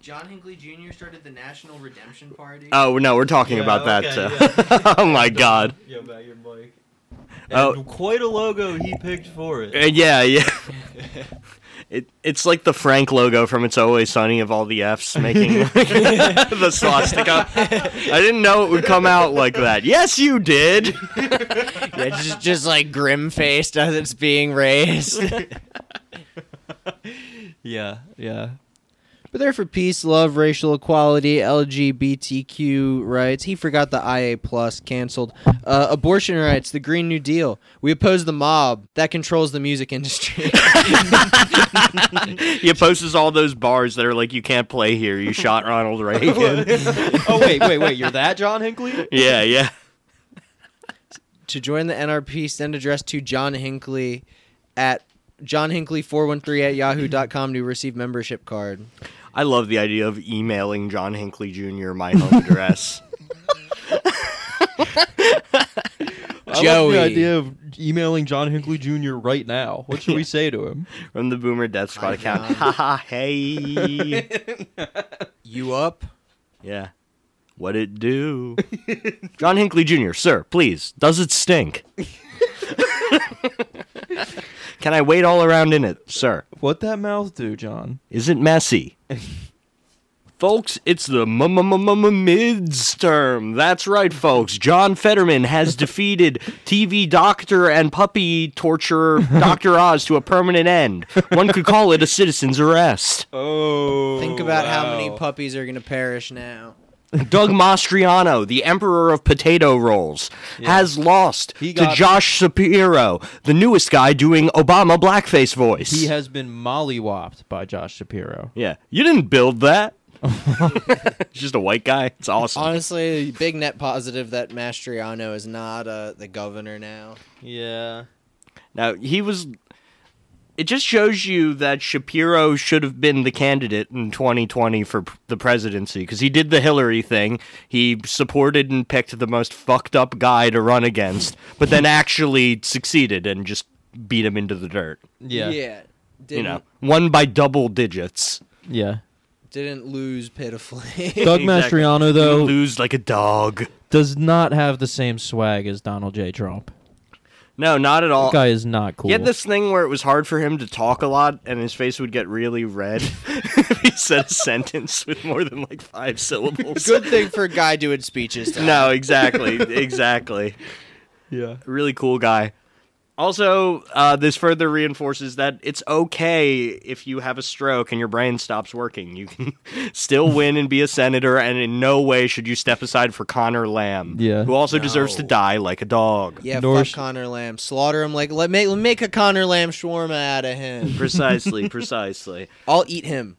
John Hinckley Jr. started the National Redemption Party. Uh, Oh no, we're talking Yeah, about that. okay, so. oh my god. Yeah, about your bike. Oh. And quite a logo he picked for Uh, it. yeah, yeah. It, it's like the Frank logo from It's Always Sunny of all the F's making the swastika. I didn't know it would come out like that. Yes, you did. Yeah, just just like grim faced as it's being raised. yeah, yeah. But they're for peace, love, racial equality, LGBTQ rights. He forgot the IA plus canceled. Uh, abortion rights, the Green New Deal. We oppose the mob that controls the music industry. He opposes all those bars that are like, you can't play here. You shot Ronald Reagan. oh wait, wait, wait. You're that John Hinckley? yeah, yeah. to join the NRP, send address to John Hinckley at John Hinckley 413 at yahoo.com to receive membership card. I love the idea of emailing John Hinckley Jr. my home address. I love Joey. the idea of emailing John Hinckley Jr. right now. What should we say to him? From the Boomer Death Squad My account. God. Haha, hey. You up? Yeah. What it do? John Hinckley Jr., sir, please. Does it stink? Can I wait all around in it, sir? What that mouth do, John? Is it messy? folks, it's the mids term. That's right, folks. John Fetterman has defeated TV doctor and puppy torturer Dr. Oz to a permanent end. One could call it a citizen's arrest. Oh. Think about how many puppies are going to perish now. Doug Mastriano, the emperor of potato rolls, has lost He to got- Josh Shapiro, the newest guy doing Obama blackface voice. He has been mollywopped by Josh Shapiro. yeah, you didn't build that. It's just a white guy. It's awesome. Honestly, big net positive that Mastriano is not uh, the governor now. Yeah. now he was. It just shows you that Shapiro should have been the candidate in 2020 for p- the presidency because he did the Hillary thing. He supported and picked the most fucked up guy to run against, but then actually succeeded and just beat him into the dirt. Yeah. Yeah. Didn't, you know, won by double digits. didn't lose pitifully. Doug Exactly. Mastriano though Lose like a dog. does not have the same swag as Donald J. Trump. No, not at all. That guy is not cool. He had this thing where it was hard for him to talk a lot, and his face would get really red if he said a sentence with more than like five syllables. Good thing for a guy doing speeches. to- No, exactly, exactly. yeah. Really cool guy. Also, uh, this further reinforces that it's okay if you have a stroke and your brain stops working. You can still win and be a senator, and in no way should you step aside for Connor Lamb, Yeah. who also deserves to No. die like a dog. Yeah, Nor fuck sh- Connor Lamb. Slaughter him like let make make a Connor Lamb shawarma out of him. Precisely, precisely. I'll eat him.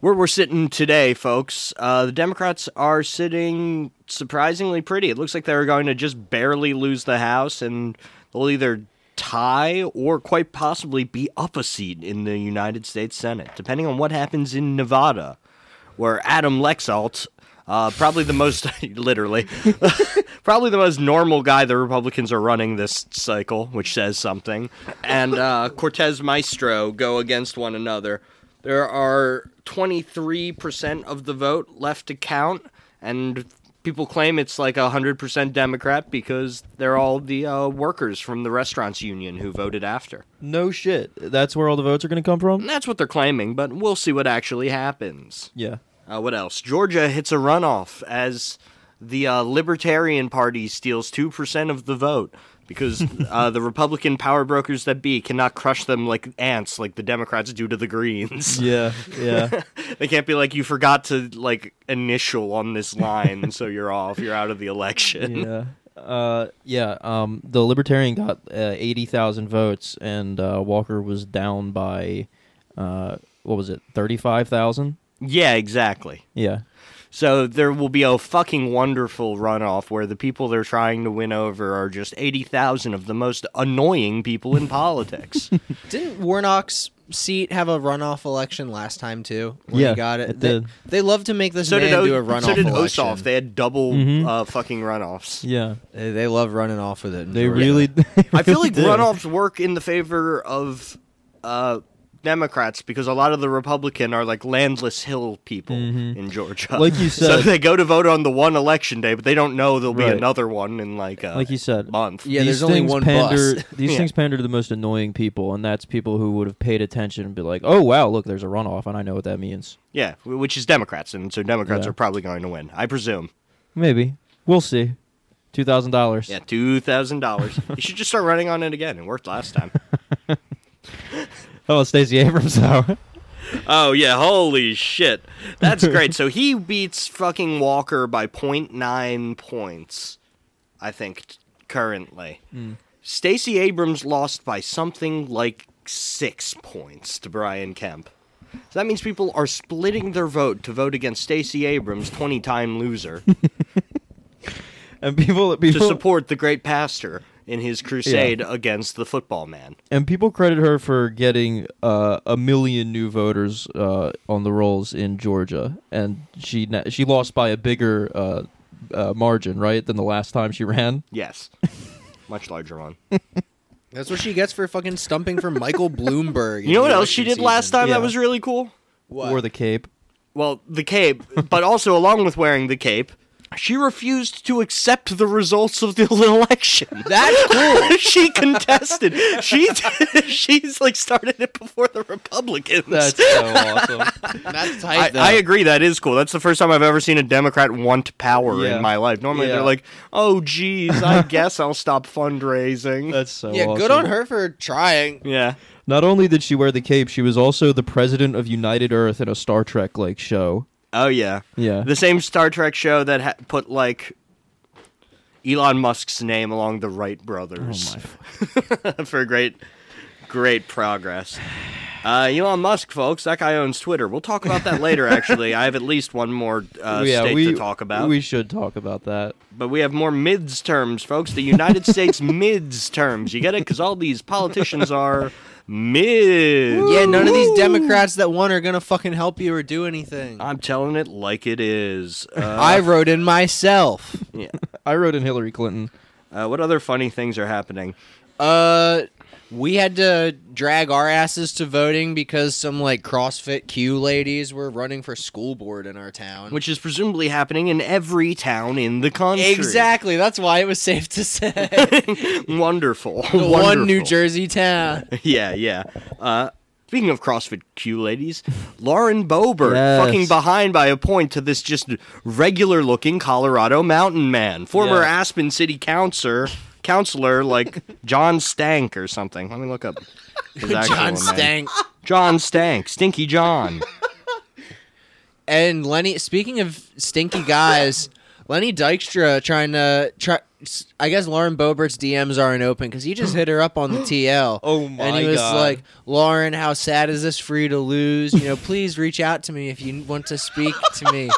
Where we're sitting today, folks, uh, the Democrats are sitting surprisingly pretty. It looks like they're going to just barely lose the House, and they'll either tie or quite possibly be up a seat in the United States Senate, depending on what happens in Nevada, where Adam Lexalt. Uh, probably the most, literally, probably the most normal guy the Republicans are running this cycle, which says something. And uh, Cortez Maestro go against one another. There are 23% of the vote left to count, and people claim it's like a 100% Democrat because they're all the uh, workers from the restaurants union who voted after. No shit. That's where all the votes are going to come And from? that's what they're claiming, but we'll see what actually happens. Yeah. Uh, what else? Georgia hits a runoff as the uh, Libertarian Party steals 2% of the vote because uh, the Republican power brokers that be cannot crush them like ants, like the Democrats do to the Greens. Yeah. Yeah. they can't be like, you forgot to, like, initial on this line, so you're off. You're out of the election. yeah. Uh, yeah. Um, the Libertarian got uh, eighty thousand votes, and uh, Walker was down by, uh, what was it, thirty-five thousand? yeah exactly. Yeah. So there will be a fucking wonderful runoff where the people they're trying to win over are just 80,000 of the most annoying people in politics. Didn't Warnock's seat have a runoff election last time too? When Yeah, he got it. it they, did. they love to make this so man did, o- do a runoff so did election. Ossoff. They had double Mhm. uh, fucking runoffs. Yeah. They, they love running off with it. in They Georgia. really. I feel really like did. runoffs work in the favor of uh, Democrats because a lot of the Republican are like landless hill people in Georgia. Mm-hmm. Like you so said- they go to vote on the one election day, but they don't know there'll be Right. another one in like a Like you said. month. Yeah, These there's only things one pander, bus. These Yeah. things pander to the most annoying people, and that's people who would have paid attention and be like, "Oh wow, look, there's a runoff, and I know what that means." Yeah, wh- which is Democrats, and so Democrats Yeah. are probably going to win, I presume. Maybe we'll see. Two thousand dollars. Yeah, two thousand dollars. you should just start running on it again. It worked last time. Oh, Stacey Abrams. Hour. oh yeah, holy shit, that's great. So he beats fucking Walker by 0.9 points, I think t- currently. Stacey Abrams lost by something like six points to Brian Kemp. So that means people are splitting their vote to vote against Stacey Abrams, twenty-time loser, and people, to people, support the great pastor in his crusade against the football man. and people credit her for getting uh, a million new voters uh, on the rolls in Georgia, and she na- she lost by a bigger uh, uh, margin, right, than the last time she ran. Yes, much larger one. That's what she gets for fucking stumping for Michael Bloomberg. You know what else she did last time that was really cool? What? Wore the cape. Well, the cape, but also along with wearing the cape, she refused to accept the results of the election. That's cool. she contested. She she's like started it before the Republicans. That's so awesome. That's I, tight. I agree. That is cool. That's the first time I've ever seen a Democrat want power Yeah. in my life. Normally, Yeah. they're like, "Oh, geez, I guess I'll stop fundraising." That's so. yeah, good on her for trying. yeah. Not only did she wear the cape, she was also the president of United Earth in a Star Trek like show. Oh yeah. Yeah. The same Star Trek show that ha- put like Elon Musk's name along the Wright Oh, brothers for great, great progress. Uh, Elon Musk, folks, that guy owns Twitter. We'll talk about that later. Actually, I have at least one more uh, yeah, state we to talk about, We should talk about that. but we have more mids terms, folks. The United States mids terms. You get it? Because all these politicians are mids. Yeah, none of these Democrats that won are gonna fucking help you or do anything. I'm telling it like it is. Uh, I wrote in myself. yeah. I wrote in Hillary Clinton. Uh, what other funny things are happening? Uh, we had to drag our asses to voting because some like CrossFit Q ladies were running for school board in our town. Which is presumably happening in every town in the country. exactly, that's why it was safe to say wonderful. the one New wonderful. Jersey town. Yeah, yeah. Uh, speaking of CrossFit Q ladies, Lauren Boebert Yes. fucking behind by a point to this just regular looking Colorado mountain man, former Yeah. Aspen City counselor, counselor like John Stank or something. Let me look up. his actual John name. Stank John Stank. Stinky John. and Lenny. Speaking of stinky guys, Lenny Dykstra trying to try. I guess Lauren Bobert's DMs aren't open because he just hit her up on the TL. Oh and my he was God. like, "Lauren, how sad is this for you to lose? You know, please reach out to me if you want to speak to me."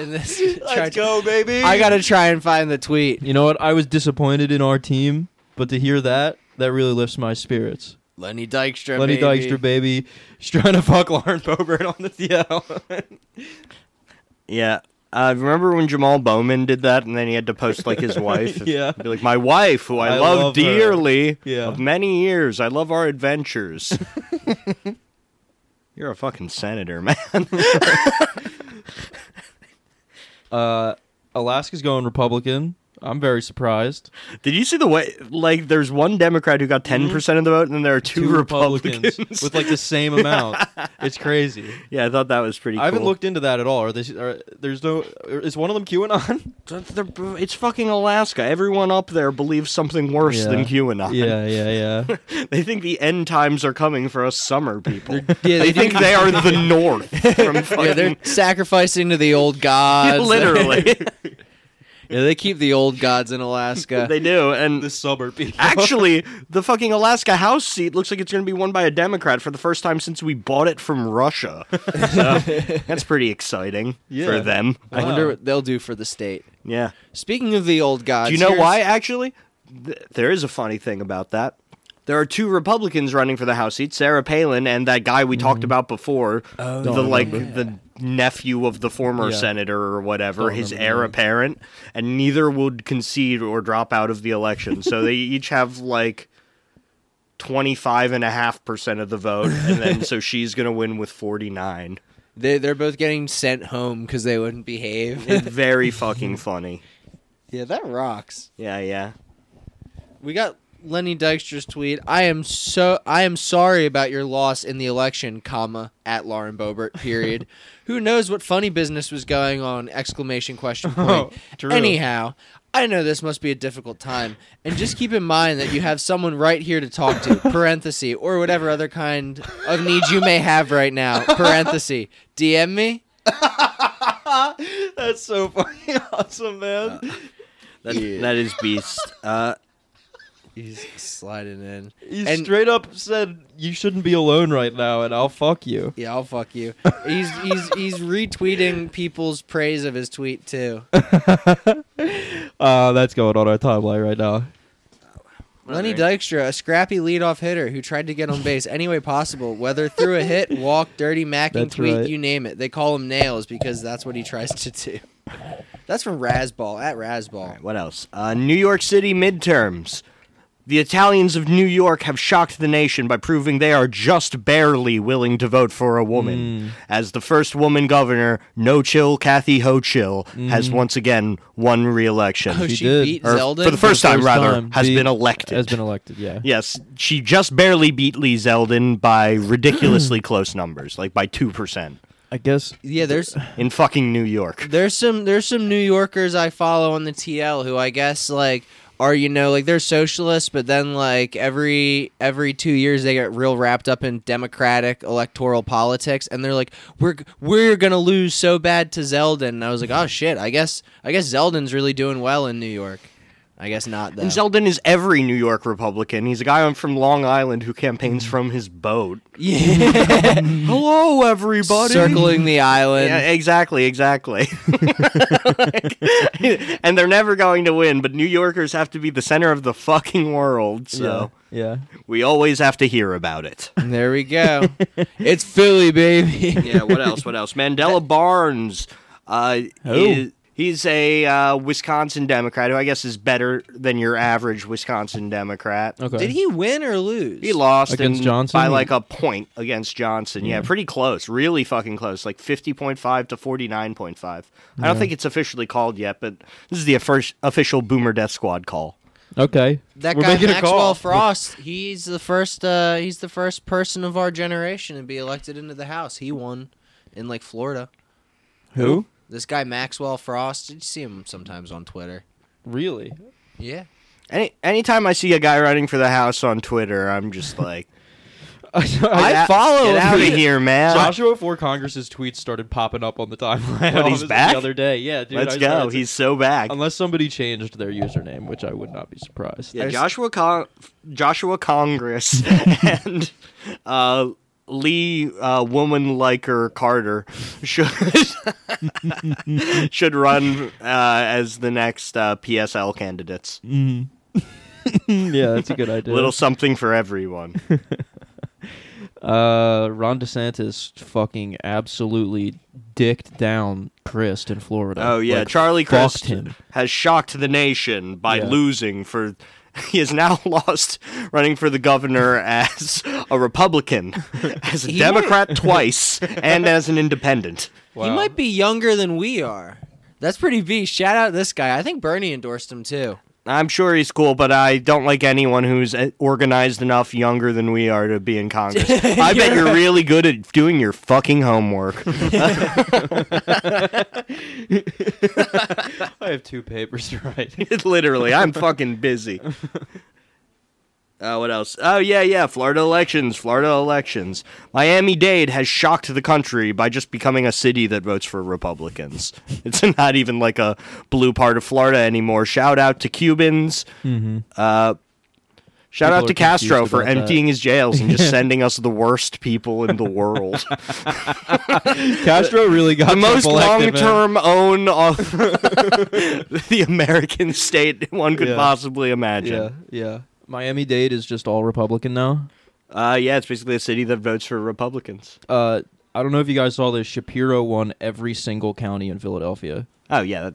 And this, try to- baby. I gotta try and find the tweet. You know what? I was disappointed in our team, but to hear that, that really lifts my spirits. Lenny Dykstra. Lenny baby. Dykstra, baby, she's trying to fuck Lauren Boebert on the TL. Yeah. Uh, remember when Jamal Bowman did that, and then he had to post like his wife. Yeah. be like my wife, who I, I love, love her." dearly, Yeah. of many years. I love our adventures. You're a fucking senator, man. uh, Alaska's going Republican. I'm very surprised. Did you see the way? Like, there's one Democrat who got Mm-hmm. 10 percent of the vote, and then there are two, Republicans. with like the same amount. it's crazy. yeah, I thought that was pretty. I haven't cool. looked into that at all. Are they? Are, there's no. Is one of them QAnon? Th- they're- It's fucking Alaska. Everyone up there believes something worse Yeah. than QAnon. yeah, yeah, yeah. They think the end times are coming for us summer people. Yeah, they they think they are the North from fucking Yeah, they're sacrificing to the old gods. literally. yeah, they keep the old gods in Alaska. they do. And the suburb people. actually, the fucking Alaska House seat looks like it's going to be won by a Democrat for the first time since we bought it from Russia. So, that's pretty exciting Yeah. for them. I wonder Wow. what they'll do for the state. Yeah. Speaking of the old Uh, gods, Do you know here's- why, actually? Th- there is a funny thing about that. There are two Republicans running for the House seat, Sarah Palin and that guy we talked about before, the Mm-hmm. Oh, Don't like the nephew of the former Yeah. senator or whatever, Don't his remember heir the name. apparent, and neither would concede or drop out of the election. so they each have like 25.5% of the vote. And then so she's going to win with 49. They they're both getting sent home because they wouldn't behave. It's very fucking funny. yeah, that rocks. Yeah, yeah. We got Lenny Dykstra's tweet. I am so I am sorry about your loss in the election, comma at Lauren Boebert. Period. Who knows what funny business was going on? Exclamation question point. true. Anyhow, I know this must be a difficult time, and just keep in mind that you have someone right here to talk to. Parenthesis or whatever other kind of need you may have right now. Parenthesis. DM me. That's so fucking awesome, man. That, that is beast. Uh, He's sliding in. he and- straight up said, "You shouldn't be alone right now, and I'll fuck you." Yeah, I'll fuck you. He's he's he's retweeting people's praise of his tweet too. Uh, that's going on our timeline right now. Lenny Alright. Dykstra, a scrappy leadoff hitter who tried to get on base any way possible, whether through a hit, walk, dirty macking, That's tweet, right. you name it. They call him nails because that's what he tries to do. That's from Razball at Razball. What else? Uh, New York City midterms. The Italians of New York have shocked the nation by proving they are just barely willing to vote for a woman. As the first woman governor, no chill Kathy Ho Chill, has once again won re election. Oh, She she, did. beat Or Zeldin for the first time, rather, has be- been elected. Has been elected, yeah. yes, she just barely beat Lee Zeldin by ridiculously close numbers, like by 2% I guess Yeah, there's in fucking New York. there's some there's some New Yorkers I follow on the TL who I guess like are you know like they're socialists, but then like every every two years they get real wrapped up in democratic electoral politics, and they're like we're we're gonna lose so bad to Zeldin, and I was like oh shit, I guess I guess Zeldin's really doing well in New York. I guess not though. And Zeldin is every New York Republican. He's a guy I'm from Long Island who campaigns from his boat. yeah, Hello, everybody. circling the island. Yeah, exactly, exactly. and they're never going to win, but New Yorkers have to be the center of the fucking world, so yeah. we always have to hear about it. There we go. it's Philly, baby. yeah, what else? What else? Mandela Barnes. Uh, Who? i- he's a uh, Wisconsin Democrat who I guess is better than your average Wisconsin Democrat. Okay. Did he win or lose? He lost Against and Johnson? by like a point against Johnson. Yeah. pretty close. Really fucking close. Like 50.5 to 49.5. I don't think it's officially called yet, but this is the first official Boomer Death Squad call. Okay. That We're guy making a Maxwell call. Frost, he's the first. Uh, he's the first person of our generation to be elected into the House. He won in like Florida. Who? This guy Maxwell Frost, you see him sometimes on Twitter. Really? Yeah, Any anytime I see a guy running for the House on Twitter, I'm just like, I "Get- Get out of here, man. Joshua for Congress's tweets started popping up on the timeline. What, he's the back? other day. Yeah, dude. Let's I started go. to- He's so back. unless somebody changed their username, which I would not be surprised. Yeah, Joshua Con- Joshua Congress and uh, Lee uh, Woman Liker Carter should should run uh, as the next uh, PSL candidates. yeah, that's a good idea. Little something for everyone. uh, Ron DeSantis fucking absolutely dicked down Christ in Florida. Oh yeah, Like, Charlie fucked Crist him. has shocked the nation by Yeah. losing for. He has now lost running for the governor as a Republican, as a Democrat twice, and as an independent. he Wow. might be younger than we are. That's pretty V. Shout out this guy. I think Bernie endorsed him too. I'm sure he's cool, but I don't like anyone who's uh, organized enough younger than we are to be in Congress. I bet you're really good at doing your fucking homework. I have two papers to write. Literally, I'm fucking busy. Uh, what else? Oh, yeah, yeah. Florida elections. Florida elections. Miami Dade has shocked the country by just becoming a city that votes for Republicans. It's not even like a blue part of Florida anymore. Shout out to Cubans. Uh, shout Mm-hmm. People out to are confused Castro for about that. emptying his jails and just sending us the worst people in the world. Castro really got the most people active, long man. term own of the American state one could Yeah. possibly imagine. Yeah, yeah. Miami Dade is just all Republican now. Uh, yeah, it's basically a city that votes for Republicans. Uh, I don't know if you guys saw this. Shapiro won every single county in Philadelphia. Oh yeah, that,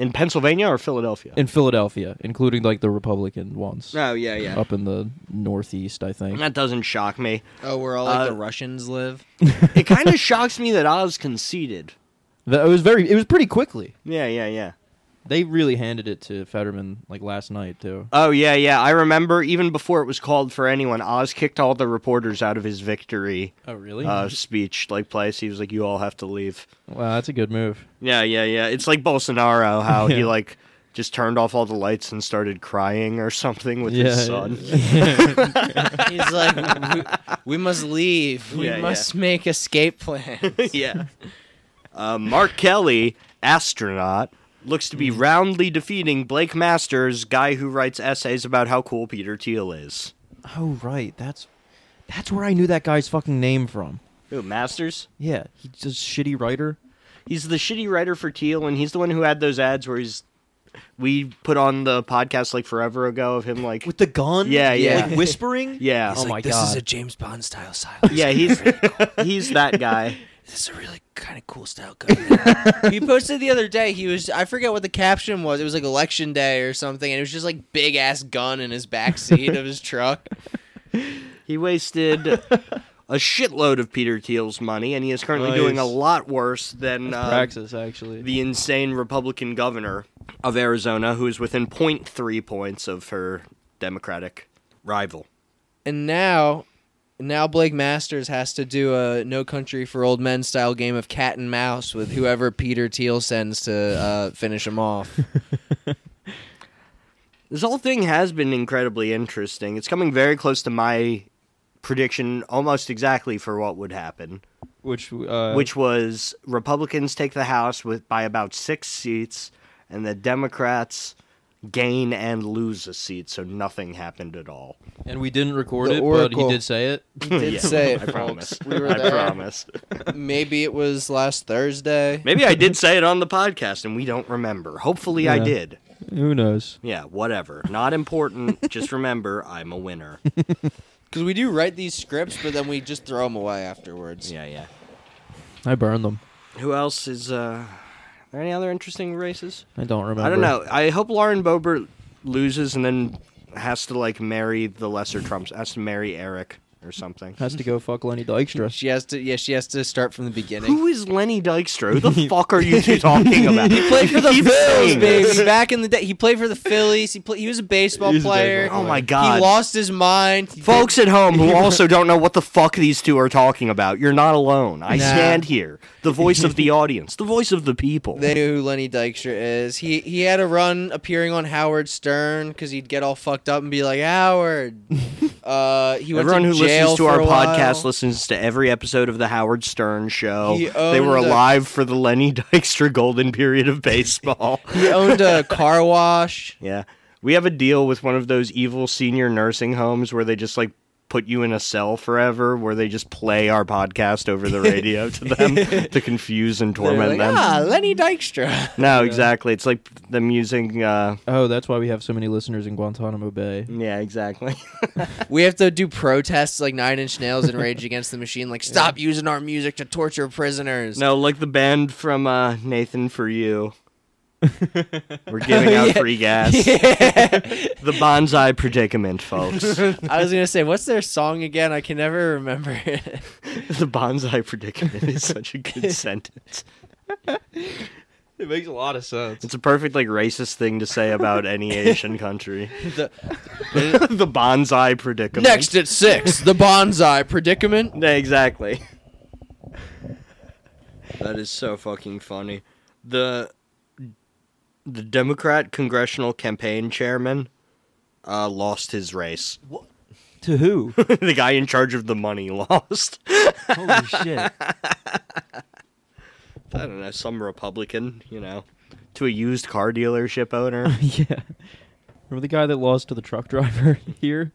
in Pennsylvania or Philadelphia? in Philadelphia, including like the Republican ones oh yeah, yeah. up in the Northeast. I think. That doesn't shock me. Oh, where all like Uh, the Russians live. It kind of shocks me that Oz conceded. That- it was very. It was pretty quickly. Yeah, yeah, yeah. They really handed it to Fetterman like last night too. Oh yeah, yeah. I remember even before it was called for anyone, Oz kicked all the reporters out of his victory Oh really? uh, speech, like place. He was like, "You all have to leave." wow, that's a good move. Yeah, yeah, yeah. It's like Bolsonaro, how he Yeah. like just turned off all the lights and started crying or something with yeah. his son. He's like, we, we must leave. We Yeah, must make escape plans. yeah. Uh, Mark Kelly, astronaut, looks to be roundly defeating Blake Masters, guy who writes essays about how cool Peter Thiel is. oh right, that's that's where I knew that guy's fucking name from. Who, Masters? Yeah, he's just shitty writer. He's the shitty writer for Teal, and he's the one who had those ads where he's. We put on the podcast like forever ago of him, like. with the gun. Yeah, yeah. Like whispering. Yeah. Oh He's my this god. is a James Bond style silence. yeah, he's he's that guy. This is a really kind of cool style gun. he posted the other day. He was I forget what the caption was. It was like election day or something, and it was just like big ass gun in his backseat of his truck. He wasted a shitload of Peter Thiel's money, and he is currently Nice. doing a lot worse than uh, Praxis actually. the insane Republican governor of Arizona, who is within 0.3 points of her Democratic rival. And now, now Blake Masters has to do a No Country for Old Men style game of cat and mouse with whoever Peter Thiel sends to uh, finish him off. This whole thing has been incredibly interesting. It's coming very close to my prediction almost exactly for what would happen, which uh, which was Republicans take the House with by about 6 seats and the Democrats gain and lose a seat, so nothing happened at all. and we didn't record The it, but Oracle. he did say it. He did say it, I folks. promise. We were I there. promise. Maybe it was last Thursday. Maybe I did say it on the podcast and we don't remember. Hopefully I Yeah. did. Who knows? Yeah, whatever. Not important. Just remember, I'm a winner. Because we do write these scripts, but then we just throw them away afterwards. Yeah, yeah. I burned them. Who else is? uh are there any other interesting races? I don't remember. I don't know. I hope Lauren Boebert loses and then has to like marry the lesser Trumps. Has to marry Eric or something. Uh, Has to go fuck Lenny Dykstra. She has to. Yeah, she has to start from the beginning. Who is Lenny Dykstra? Who the fuck are you two talking about? He played for the Keep Phillies, saying this. baby. Back in the day, he played for the Phillies. He play, He was a baseball He's a player. baseball Oh my He god. lost his mind, He Folks at home who also don't know what the fuck these two are talking about, you're not alone. I Nah. stand here, the voice of the audience, the voice of the people. They knew who Lenny Dykstra is. He he had a run appearing on Howard Stern because he'd get all fucked up and be like, Howard. Uh, he went Everyone to who jail listens to for our a while. podcast listens to every episode of the Howard Stern show. He They were owned a- alive for the Lenny Dykstra golden period of baseball. He owned a car wash. yeah. We have a deal with one of those evil senior nursing homes where they just like put you in a cell forever where they just play our podcast over the radio to them to confuse and They're torment like, them. ah, Lenny Dykstra. No, exactly. It's like them using uh Oh, that's why we have so many listeners in Guantanamo Bay. yeah, exactly. we have to do protests like Nine Inch Nails and Rage Against the Machine, like stop using our music to torture prisoners. no, like the band from uh Nathan for you. We're giving out free gas. The bonsai predicament, folks. the I was gonna say, what's their song again? I can never remember it. bonsai predicament is such a good sentence. It makes a lot of sense. It's a perfect like racist thing to say about any Asian country. The- the bonsai predicament. Next at six, the bonsai predicament. Yeah, exactly. That is so fucking funny. The the Democrat congressional campaign chairman uh, lost his race. To who? the guy in charge of the money lost. Holy shit! I don't know, some Republican, you know, to a used car dealership owner. yeah. Remember the guy that lost to the truck driver here?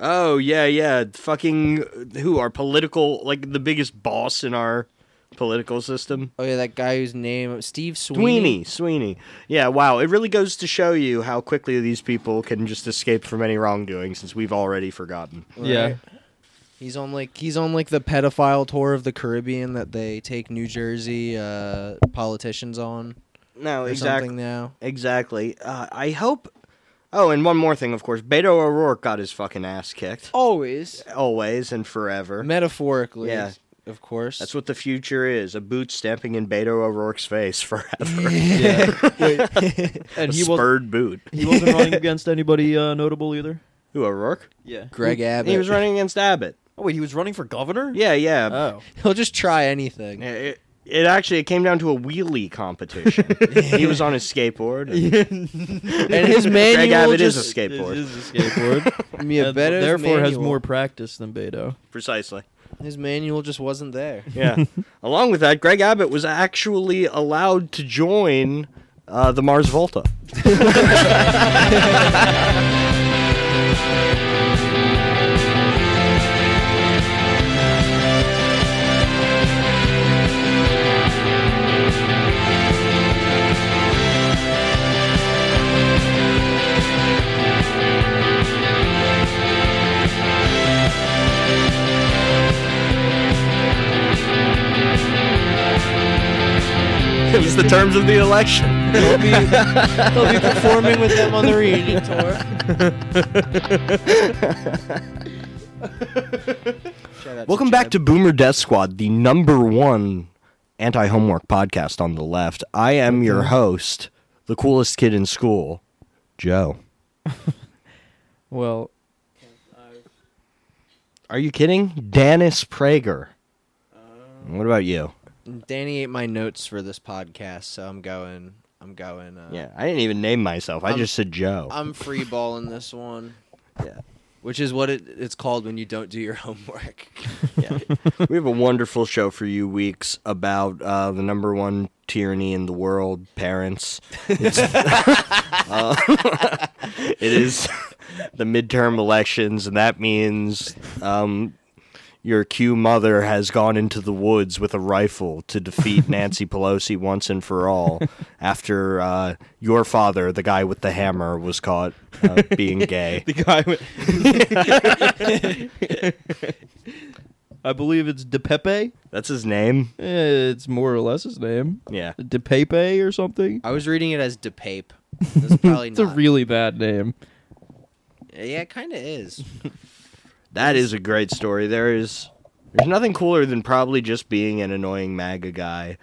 oh yeah, yeah, fucking who? Our political, like the biggest boss in our political system. Oh yeah, that guy whose name Steve Sweeney. Sweeney, Sweeney. Yeah, wow. It really goes to show you how quickly these people can just escape from any wrongdoing since we've already forgotten. Yeah. Right. He's on like he's on like the pedophile tour of the Caribbean that they take New Jersey uh, politicians on. No, or exactly. something now. Exactly. Uh, I hope. Oh, and one more thing, of course. Beto O'Rourke got his fucking ass kicked. Always. Always and forever. Metaphorically, Yeah. of course. That's what the future is a boot stamping in Beto O'Rourke's face forever. and a he was spurred boot. he wasn't running against anybody uh, notable either. Who, O'Rourke? Yeah. Greg Abbott. He was running against Abbott. Oh wait, he was running for governor. Yeah, yeah. Oh. He'll just try anything. Yeah, It, it actually it came down to a wheelie competition. he was on his skateboard. and- And his manual Greg Abbott just is a skateboard. Is a skateboard. me a And better therefore has manual. more practice than Beto. Precisely. His manual just wasn't there. Yeah. Along with that, Greg Abbott was actually allowed to join uh, the Mars Volta. It was the terms of the election. He'll be, he'll be performing with them on the reunion tour. Welcome back to Boomer Death Squad, the number one anti homework podcast on the left. I am your host, the coolest kid in school, Joe. Well, Are you kidding? Dennis Prager. Uh, What about you? Danny ate my notes for this podcast, so I'm going. I'm going. Uh, Yeah, I didn't even name myself. I I'm- just said Joe. I'm free balling this one. Yeah. Which is what it, it's called when you don't do your homework. Yeah. we have a wonderful show for you weeks about uh, the number one tyranny in the world parents. It's, Uh, it is the midterm elections, and that means um, your Q mother has gone into the woods with a rifle to defeat Nancy Pelosi once and for all after uh, your father, the guy with the hammer, was caught uh, being gay. the guy. With I believe it's De Pepe. That's his name? Eh, It's more or less his name. Yeah. De Pepe or something. I was reading it as DePape. That's probably It's a not- really bad name. Yeah, it kind of is. That is a great story. There is there's nothing cooler than probably just being an annoying MAGA guy.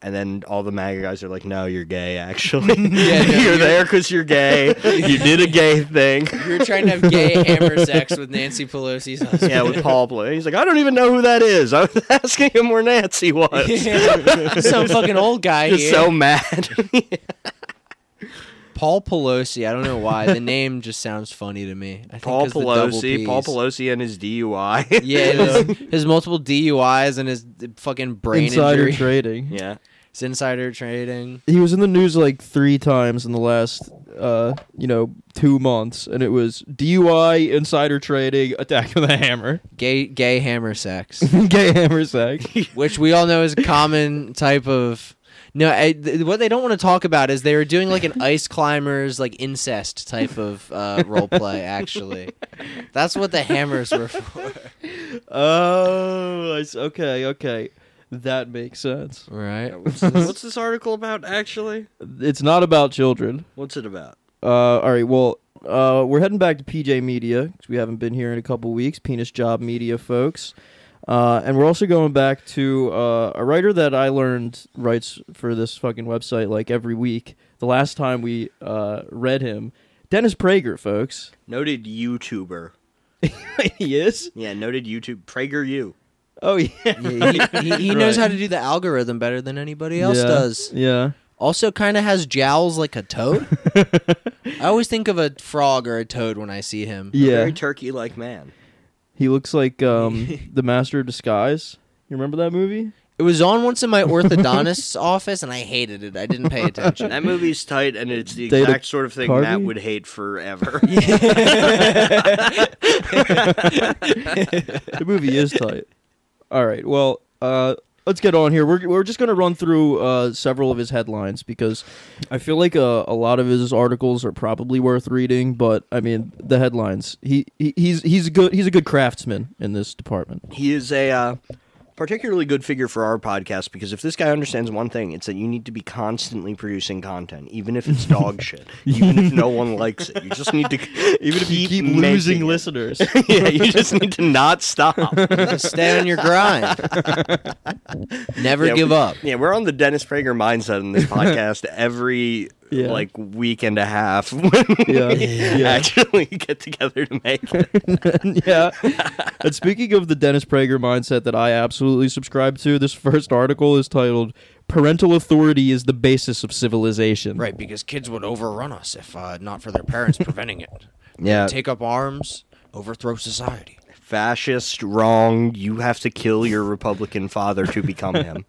And then all the MAGA guys are like, "No, you're gay. Actually, Yeah, no, you're, you're- there because you're gay. you did a gay thing. You were trying to have gay hammer sex with Nancy Pelosi's husband. yeah, with Paul Blue. He's like, I don't even know who that is. I was asking him where Nancy was. Some fucking old guy Just here. so mad. Paul Pelosi. I don't know why. The name just sounds funny to me. I think Paul 'cause the double Pelosi. Paul Ps. Pelosi and his DUI. Yeah, and his, his multiple DUIs and his fucking brain Insider injury. trading. yeah. It's insider trading. He was in the news like three times in the last, uh, you know, two months, and it was DUI, insider trading, attack with a hammer, Gay gay hammer sex. gay hammer sack. which we all know is a common type of no I, th- what they don't want to talk about is they were doing like an ice climbers like incest type of uh, role play actually that's what the hammers were for oh, I s- okay, okay, that makes sense. right What's this article about? Actually, It's not about children. what's it about? Uh, all right. Well, uh, we're heading back to PJ Media 'cause we haven't been here in a couple weeks. Penis Job Media, folks. Uh, and we're also going back to uh, a writer that I learned writes for this fucking website like every week. The last time we uh, read him, Dennis Prager, folks. Noted YouTuber. he is. Yeah, noted YouTube Prager. You. Oh yeah. he, he, he knows Right. how to do the algorithm better than anybody else yeah. does Yeah. also kind of has jowls like a toad i always think of a frog or a toad when i see him A Yeah. very turkey-like man. He looks like um, the Master of Disguise. You remember that movie? it was on once in my orthodontist's office and i hated it i didn't pay attention That movie's tight, and it's the Data exact sort of thing Carvey? Matt would hate forever. the movie is tight. All right. Well, uh, let's get on here. We're, we're just going to run through uh, several of his headlines because I feel like uh, a lot of his articles are probably worth reading. But I mean, the headlines. He, he he's he's a good he's a good craftsman in this department. He is a uh, particularly good figure for our podcast because if this guy understands one thing, it's that you need to be constantly producing content, even if it's dog shit, even if no one likes it. You just need to, even if you keep making losing it. listeners. yeah, you just need to not stop. Stay on your grind. Never Yeah, give we- up. Yeah, we're on the Dennis Prager mindset in this podcast every Yeah. like week and a half when Yeah. we Yeah. actually get together to make it. yeah. And speaking of the Dennis Prager mindset that I absolutely subscribe to, this first article is titled "Parental Authority is the Basis of Civilization." Right, because kids would overrun us if uh, not for their parents preventing it. They Yeah. would Take up arms, overthrow society. Fascist, wrong. You have to kill your Republican father to become him.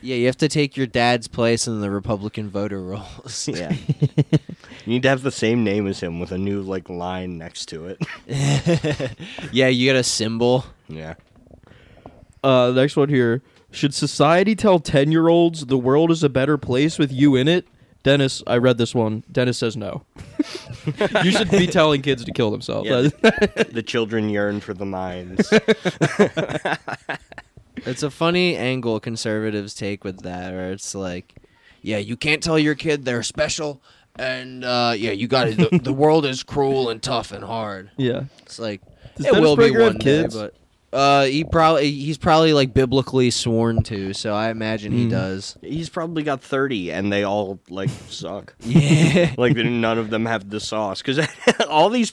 Yeah, you have to take your dad's place in the Republican voter rolls. Yeah. you need to have the same name as him with a new like line next to it. yeah, you get a symbol. Yeah. Uh, the next one here. Should society tell ten-year-olds the world is a better place with you in it? Dennis, I read this one. Dennis says no. you should be telling kids to kill themselves. Yeah. the children yearn for the mines. It's a funny angle conservatives take with that, where it's like, yeah, you can't tell your kid they're special, and uh, yeah, you got to The, the world is cruel and tough and hard. yeah. It's like Does it Dennis will be Prager have one kids? day, but uh, he probably he's probably like biblically sworn to, so I imagine he does. He's probably got 30 and they all like suck. Yeah, like they- none of them have the sauce because all these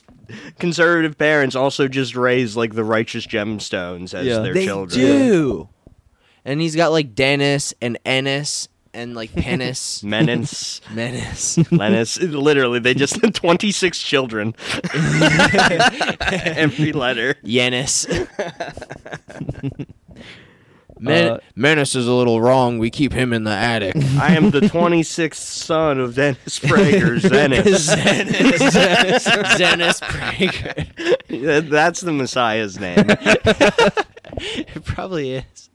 conservative parents also just raise like the righteous gemstones as Yeah. their they children. do. And he's got like Dennis and Ennis and like Penis, Menace, Menace. menace. Literally, they just had 26 children. Every letter. Yenis. Men- Uh, Menace is a little wrong. We keep him in the attic. I am the 26th son of Dennis Prager, Zenith. Zenis. Zenis Prager. That- That's the Messiah's name. It probably is.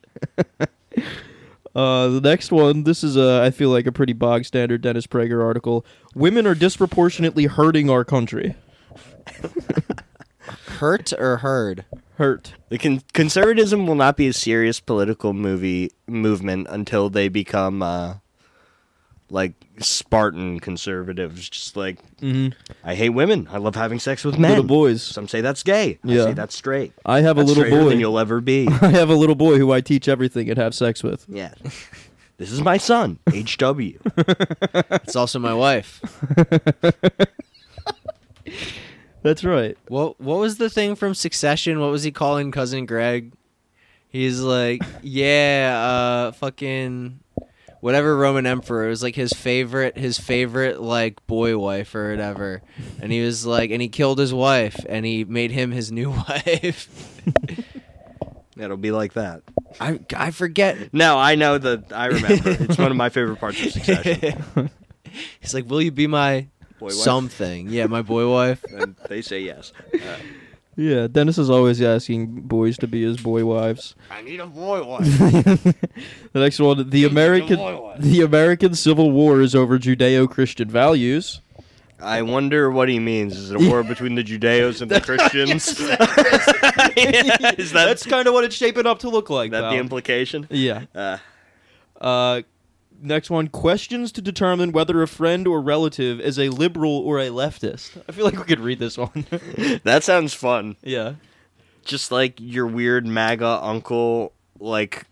Uh, the next one. This is a I feel like a pretty bog standard Dennis Prager article. Women are disproportionately hurting our country. Hurt or heard? Hurt. The con- conservatism will not be a serious political movie movement until they become uh, like Spartan conservatives. Just like I hate women. I love having sex with men. Little boys. Some say that's gay. Yeah. I say that's straight. I have a That's little straighter boy. than you'll ever be. I have a little boy who I teach everything and have sex with. yeah. This is my son, HW. It's also my wife. That's right. What What was the thing from Succession? What was he calling cousin Greg? He's like, yeah, uh, fucking, whatever Roman emperor it was like his favorite, his favorite like boy wife or whatever, and he was like, and he killed his wife, and he made him his new wife. It'll be like that. I I forget. No, I know that. I remember. it's one of my favorite parts of Succession. He's like, will you be my Boy, wife. something? Yeah, my boy wife. And they say yes. Uh, Yeah, Dennis is always asking boys to be his boy wives. I need a boy wife. The next one, the American the American Civil War is over Judeo-Christian values. I wonder what he means. Is it a war between the Judeos and the Christians? Yeah, Is that, That's kind of what it's shaping up to look like. that pal. the implication? yeah. Uh, Uh, next one: questions to determine whether a friend or relative is a liberal or a leftist. I feel like we could read this one. that sounds fun. yeah. Just like your weird MAGA uncle, like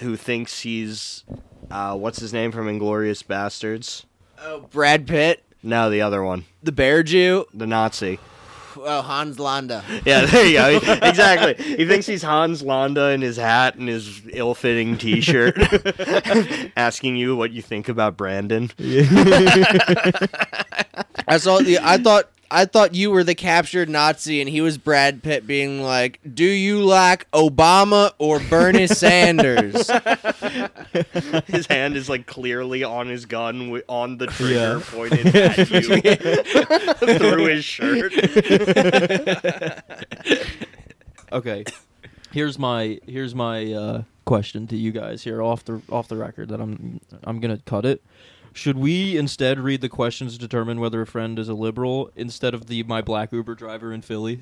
who thinks he's uh, what's his name from Inglorious Bastards? Oh, Brad Pitt, No, the other one, the bear Jew. the Nazi. Oh, Hans Landa. Yeah, there you go. exactly. He thinks he's Hans Landa in his hat and his ill-fitting T-shirt, asking you what you think about Brandon. I saw the. I thought. I thought you were the captured Nazi, and he was Brad Pitt, being like, "Do you like Obama or Bernie Sanders?" His hand is like clearly on his gun, wi- on the trigger Yeah. pointed at you through his shirt. Okay. Here's my here's my uh, question to you guys here off the off the record that I'm I'm gonna cut it. Should we instead read the questions to determine whether a friend is a liberal instead of the my black Uber driver in Philly?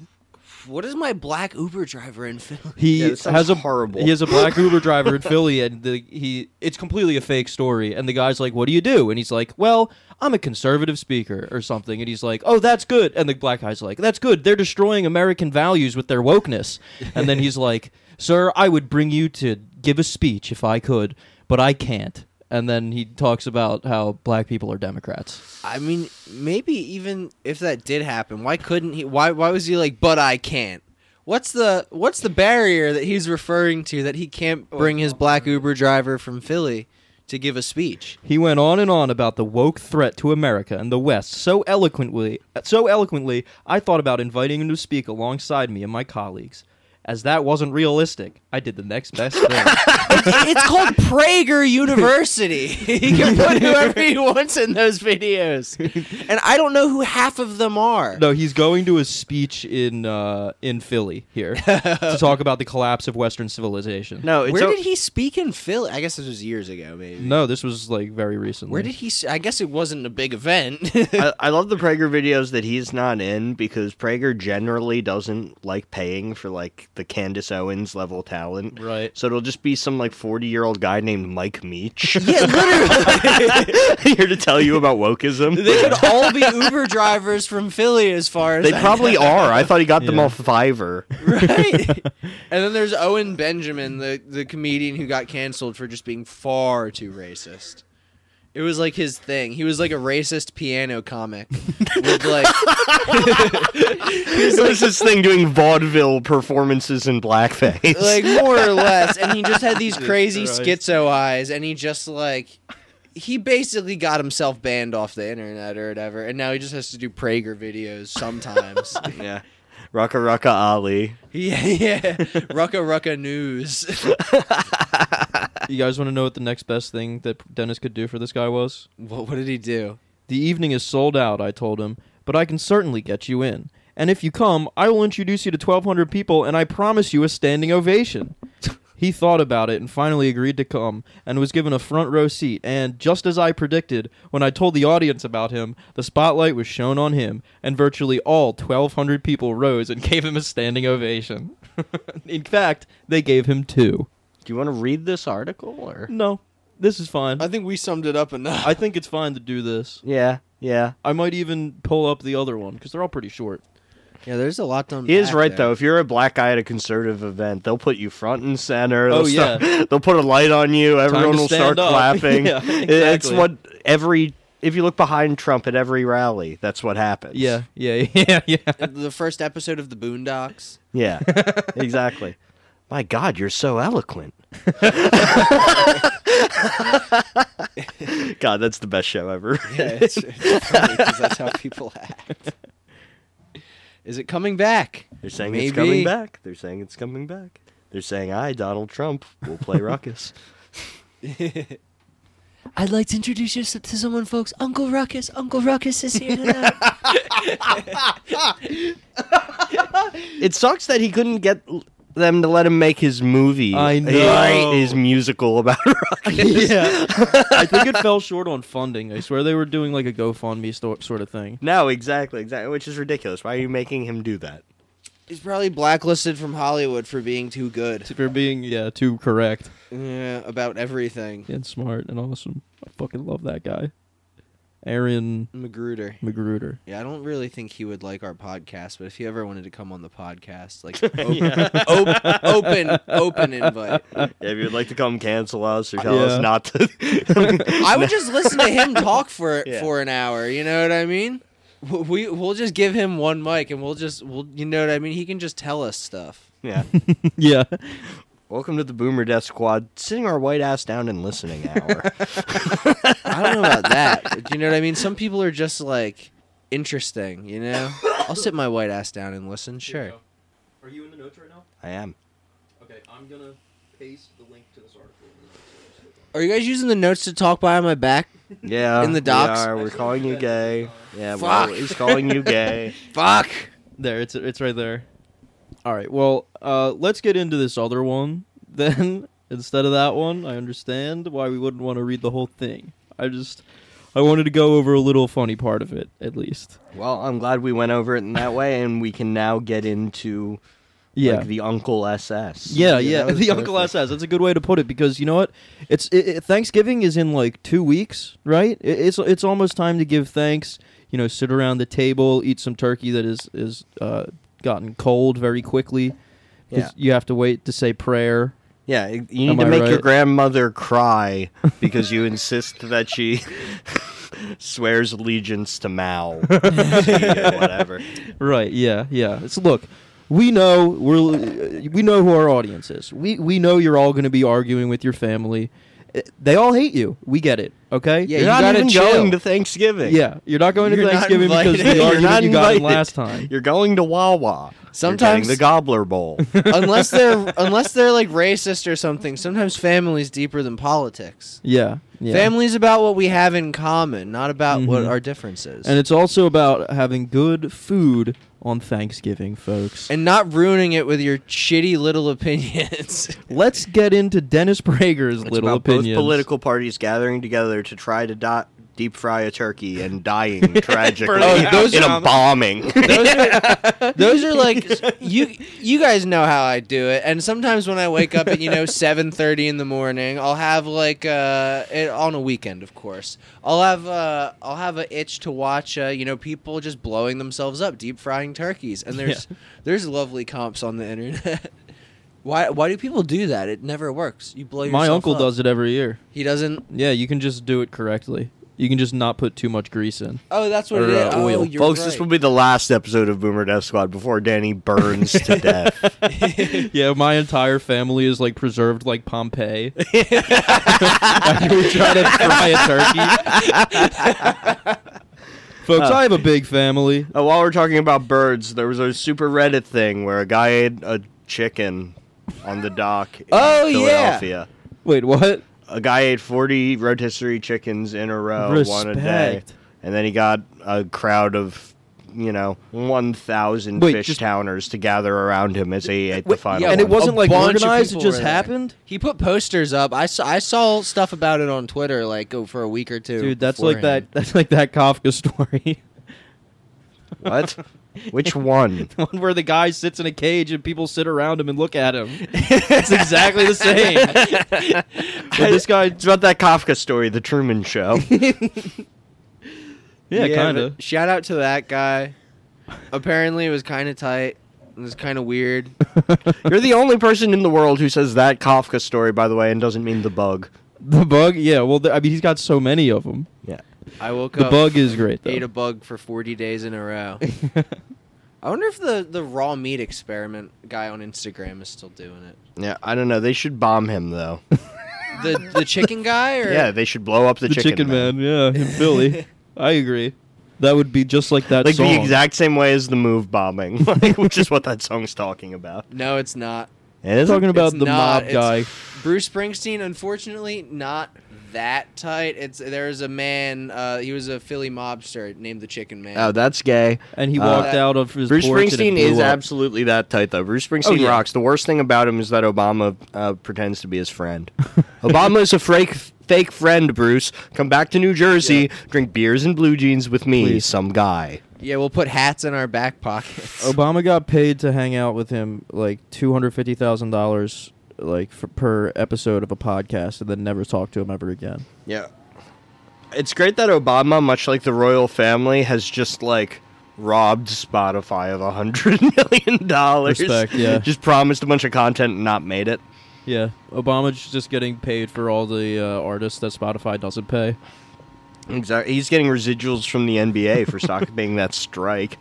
What is my black Uber driver in Philly? He Yeah, that sounds has a horrible. He has a black Uber driver in Philly, and the, he it's completely a fake story. And the guy's like, "What do you do?" And he's like, "Well, I'm a conservative speaker or something." And he's like, "Oh, that's good." And the black guy's like, "That's good. They're destroying American values with their wokeness." And then he's like, "Sir, I would bring you to give a speech if I could, but I can't." And then he talks about how black people are Democrats. I mean, maybe even if that did happen, why couldn't he? Why why was he like? But I can't. What's the what's the barrier that he's referring to that he can't bring his black Uber driver from Philly to give a speech? He went on and on about the woke threat to America and the West so eloquently, so eloquently, I thought about inviting him to speak alongside me and my colleagues. As that wasn't realistic, I did the next best thing. it's called Prager University. he can put whoever he wants in those videos, and I don't know who half of them are. no, he's going to a speech in uh, in Philly here to talk about the collapse of Western civilization. No, it's Where o- did he speak in Philly? I guess this was years ago, maybe. No, this was like very recently. Where did he? s- I guess it wasn't a big event. I, I love the Prager videos that he's not in because Prager generally doesn't like paying for like the Candace Owens level talent. Right. So it'll just be some like forty year old guy named Mike Meach yeah, literally. here to tell you about wokeism. They could all be Uber drivers from Philly, as far as They I probably are. I thought he got them Yeah. off Fiverr. know, right. and then there's Owen Benjamin, the the comedian who got canceled for just being far too racist. It was like his thing. He was like a racist piano comic. with like, It was this thing doing vaudeville performances in blackface. like more or less, and he just had these crazy Christ. schizo eyes, and he just like. He basically got himself banned off the internet or whatever, and now he just has to do Prager videos sometimes. yeah. Rucka Rucka Ali. Yeah, yeah. Rucka Rucka News. You guys want to know what the next best thing that Dennis could do for this guy was? what, what did he do? The evening is sold out, I told him, but I can certainly get you in. And if you come, I will introduce you to 1,200 people and I promise you a standing ovation. He thought about it and finally agreed to come and was given a front row seat. And just as I predicted, when I told the audience about him, the spotlight was shown on him, and virtually all 1,200 people rose and gave him a standing ovation. In fact, they gave him two. Do you want to read this article or? No, this is fine. I think we summed it up enough. I think it's fine to do this. Yeah, yeah. I might even pull up the other one because they're all pretty short. yeah, there's a lot done. He is right though. If you're a black guy at a conservative event, they'll put you front and center. Oh, They'll start- yeah. they'll put a light on you. Everyone to will stand start up. clapping. Yeah, It- It's exactly. what every. If you look behind Trump at every rally, that's what happens. Yeah, yeah, yeah, yeah. The first episode of The Boondocks. yeah, exactly. My God, you're so eloquent. God, that's the best show ever. Yeah, it's, it's funny because that's how people act. Is it coming back? They're saying it's Maybe. coming back. They're saying it's coming back. They're saying I, Donald Trump, will play ruckus. I'd like to introduce you to someone, folks. Uncle Ruckus. Uncle Ruckus is here tonight. It sucks that he couldn't get l- them to let him make his movie. I his- know. His musical about Rocky. yeah. I think it fell short on funding. I swear they were doing like a GoFundMe sto- sort of thing. No, exactly, exactly. Which is ridiculous. Why are you making him do that? He's probably blacklisted from Hollywood for being too good. If you're being yeah too correct Yeah, about everything. and smart and awesome, I fucking love that guy, Aaron Magruder. Magruder. Yeah, I don't really think he would like our podcast, but if he ever wanted to come on the podcast, like op- op- open, open invite. Yeah, if you'd like to come cancel us or tell Uh, Yeah. us not to. I would just listen to him talk for Yeah. for an hour. You know what I mean? W- We we'll just give him one mic and we'll just we'll you know what I mean. He can just tell us stuff. yeah. Yeah, Welcome to the Boomer Death Squad, sitting our white ass down and listening hour. I don't know about that. but you know what I mean? Some people are just like interesting. You know? I'll sit my white ass down and listen. Sure. Are you in the notes right now? I am. Okay, I'm gonna paste the link to this article. Are you guys using the notes to talk behind my back? Yeah. In the docs? We are. We're calling you gay. Yeah, Fuck. well, he's calling you gay. Fuck. There, it's it's right there. All right. Well, uh, let's get into this other one then. Instead of that one, I understand why we wouldn't want to read the whole thing. I just I wanted to go over a little funny part of it, at least. Well, I'm glad we went over it in that way, and we can now get into Yeah. like the Uncle SS. yeah, Yeah, yeah. that was The Uncle perfect. SS. That's a good way to put it because you know what? It's it, it- Thanksgiving is in like two weeks, right? It, it's it's almost time to give thanks. You know, sit around the table, eat some turkey that is is uh, gotten cold very quickly. 'cause Yeah. you have to wait to say prayer. yeah. You need Am to I make your right? grandmother cry because you insist that she swears allegiance to Mao, or whatever. Right. Yeah. Yeah. It's look. We know we're uh, we know who our audience is. We we know you're all going to be arguing with your family. Uh, They all hate you. We get it. Okay. Yeah, You're you not gotta even chill. going to Thanksgiving. Yeah, you're not going to You're not Thanksgiving because invited. of the You're argument not you got invited. last time. You're going to Wawa. Sometimes- You're getting the Gobbler Bowl. unless they're unless they're like racist or something. Sometimes family's deeper than politics. Yeah, yeah. Family's about what we have in common, not about what Mhm. our differences. and it's also about having good food on Thanksgiving, folks. and not ruining it with your shitty little opinions. Let's get into Dennis Prager's It's little about opinions. Both political parties gathering together to try to dot. Deep fry a turkey and dying tragically Oh, those in a are- bombing. Those are those are like s- you you guys know how I do it. And sometimes when I wake up at you know 7:30 in the morning, I'll have like uh it, on a weekend, of course. I'll have uh I'll have a itch to watch uh you know people just blowing themselves up, deep frying turkeys. And there's there's lovely comps on the internet. Why, why do people do that? It never works. You blow yourself My uncle up. does it every year. He doesn't. Yeah, you can just do it correctly. You can just not put too much grease in. Oh, that's what Or, it is. uh, Oh, oil. you're Folks, right. this will be the last episode of Boomer Death Squad before Danny burns to death. Uh, yeah, my entire family is like preserved like Pompeii. After we try to fry a turkey. Folks, I have a big family. Uh, while we're talking about birds, there was a super Reddit thing where a guy ate a chicken on the dock in Oh, yeah. Philadelphia. Wait, what? Oh, A guy ate 40 rotisserie chickens in a row, one a day. Respect. And then he got a crowd of, you know, 1,000 Wait, fish just- towners to gather around him as he ate the final yeah, one. and it was- wasn't A like bunch of organized; it people just were there. happened. He put posters up. I saw, I saw stuff about it on Twitter like oh, for a week or two. Dude, that's like beforehand. that. That's like that Kafka story, Oh, What? Which one? the one where the guy sits in a cage and people sit around him and look at him. it's exactly the same. But this guy, It's about that Kafka story, The Truman Show. yeah, but kind of. Shout out to that guy. Apparently, it was kind of tight. It was kind of weird. You're the only person in the world who says that Kafka story, by the way, and doesn't mean the bug. The bug, yeah. Well, th- I mean, he's got so many of them. Yeah. I woke The up. bug is great ate a though. bug for forty days in a row. I wonder if the the raw meat experiment guy on Instagram is still doing it. Yeah, I don't know. They should bomb him though. The the chicken guy or yeah, they should blow up the, The chicken, man. yeah, in Philly. I agree. That would be just like that Like song. the exact same way as the move bombing, like, which is what that song's talking about. No, it's not. And it's talking about It's the not- mob it's- guy. Bruce Springsteen, unfortunately, not that tight. It's there's a man. Uh, he was a Philly mobster named the Chicken Man. Oh, that's gay. And he Uh, walked out of his Bruce porch and it Springsteen blew is up. absolutely that tight, though. Bruce Springsteen Oh, yeah. rocks. The worst thing about him is that Obama uh, pretends to be his friend. Obama is a fake, fake friend, Bruce. Come back to New Jersey, drink beers and blue jeans with me, Please. some guy. yeah, we'll put hats in our back pockets. Obama got paid to hang out with him like two hundred fifty thousand dollars, like for, per episode of a podcast, and then never talk to him ever again. Yeah. It's great that Obama, much like the royal family, has just like robbed Spotify of a hundred million dollars. Respect, yeah. Just promised a bunch of content and not made it. Yeah, Obama's just getting paid for all the uh, artists that Spotify doesn't pay. Exactly. He's getting residuals from the NBA for stopping that strike.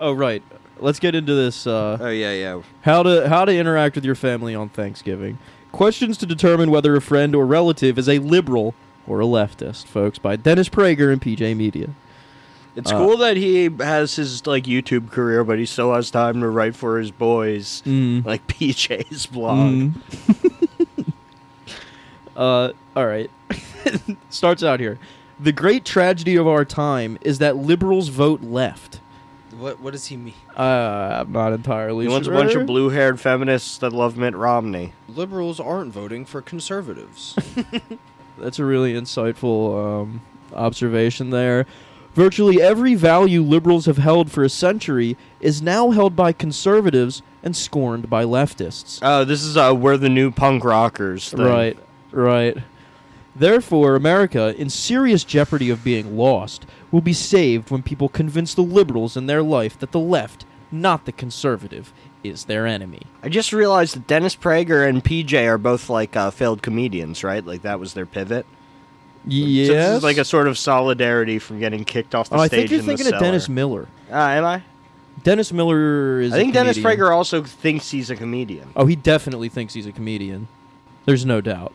Oh right, let's get into this. Uh, Oh yeah, yeah. How to how to interact with your family on Thanksgiving. Questions to determine whether a friend or relative is a liberal or a leftist, folks, by Dennis Prager and PJ Media. It's Uh, cool that he has his like YouTube career, but he still has time to write for his boys, Mm. like PJ's blog. Mm-hmm. uh, all right. Starts out here. The great tragedy of our time is that liberals vote left. what what does he mean? Uh, I'm not entirely He sure. wants a bunch of blue-haired feminists that love Mitt Romney. Oh, Liberals aren't voting for conservatives. That's a really insightful um, observation there. Virtually every value liberals have held for a century is now held by conservatives and scorned by leftists. Oh, this is uh, we're the new punk rockers. Thing. Right, right. Therefore, America, in serious jeopardy of being lost, will be saved when people convince the liberals in their life that the left, not the conservative, is their enemy. I just realized that Dennis Prager and PJ are both like uh, failed comedians, right? Like that was their pivot. So this Yes. is like a sort of solidarity from getting kicked off the oh, I stage think you're in thinking the of Dennis cellar. Miller. Ah, am I? Dennis Miller is. I a think Dennis comedian. Prager also thinks he's a comedian. Oh, he definitely thinks he's a comedian. There's no doubt.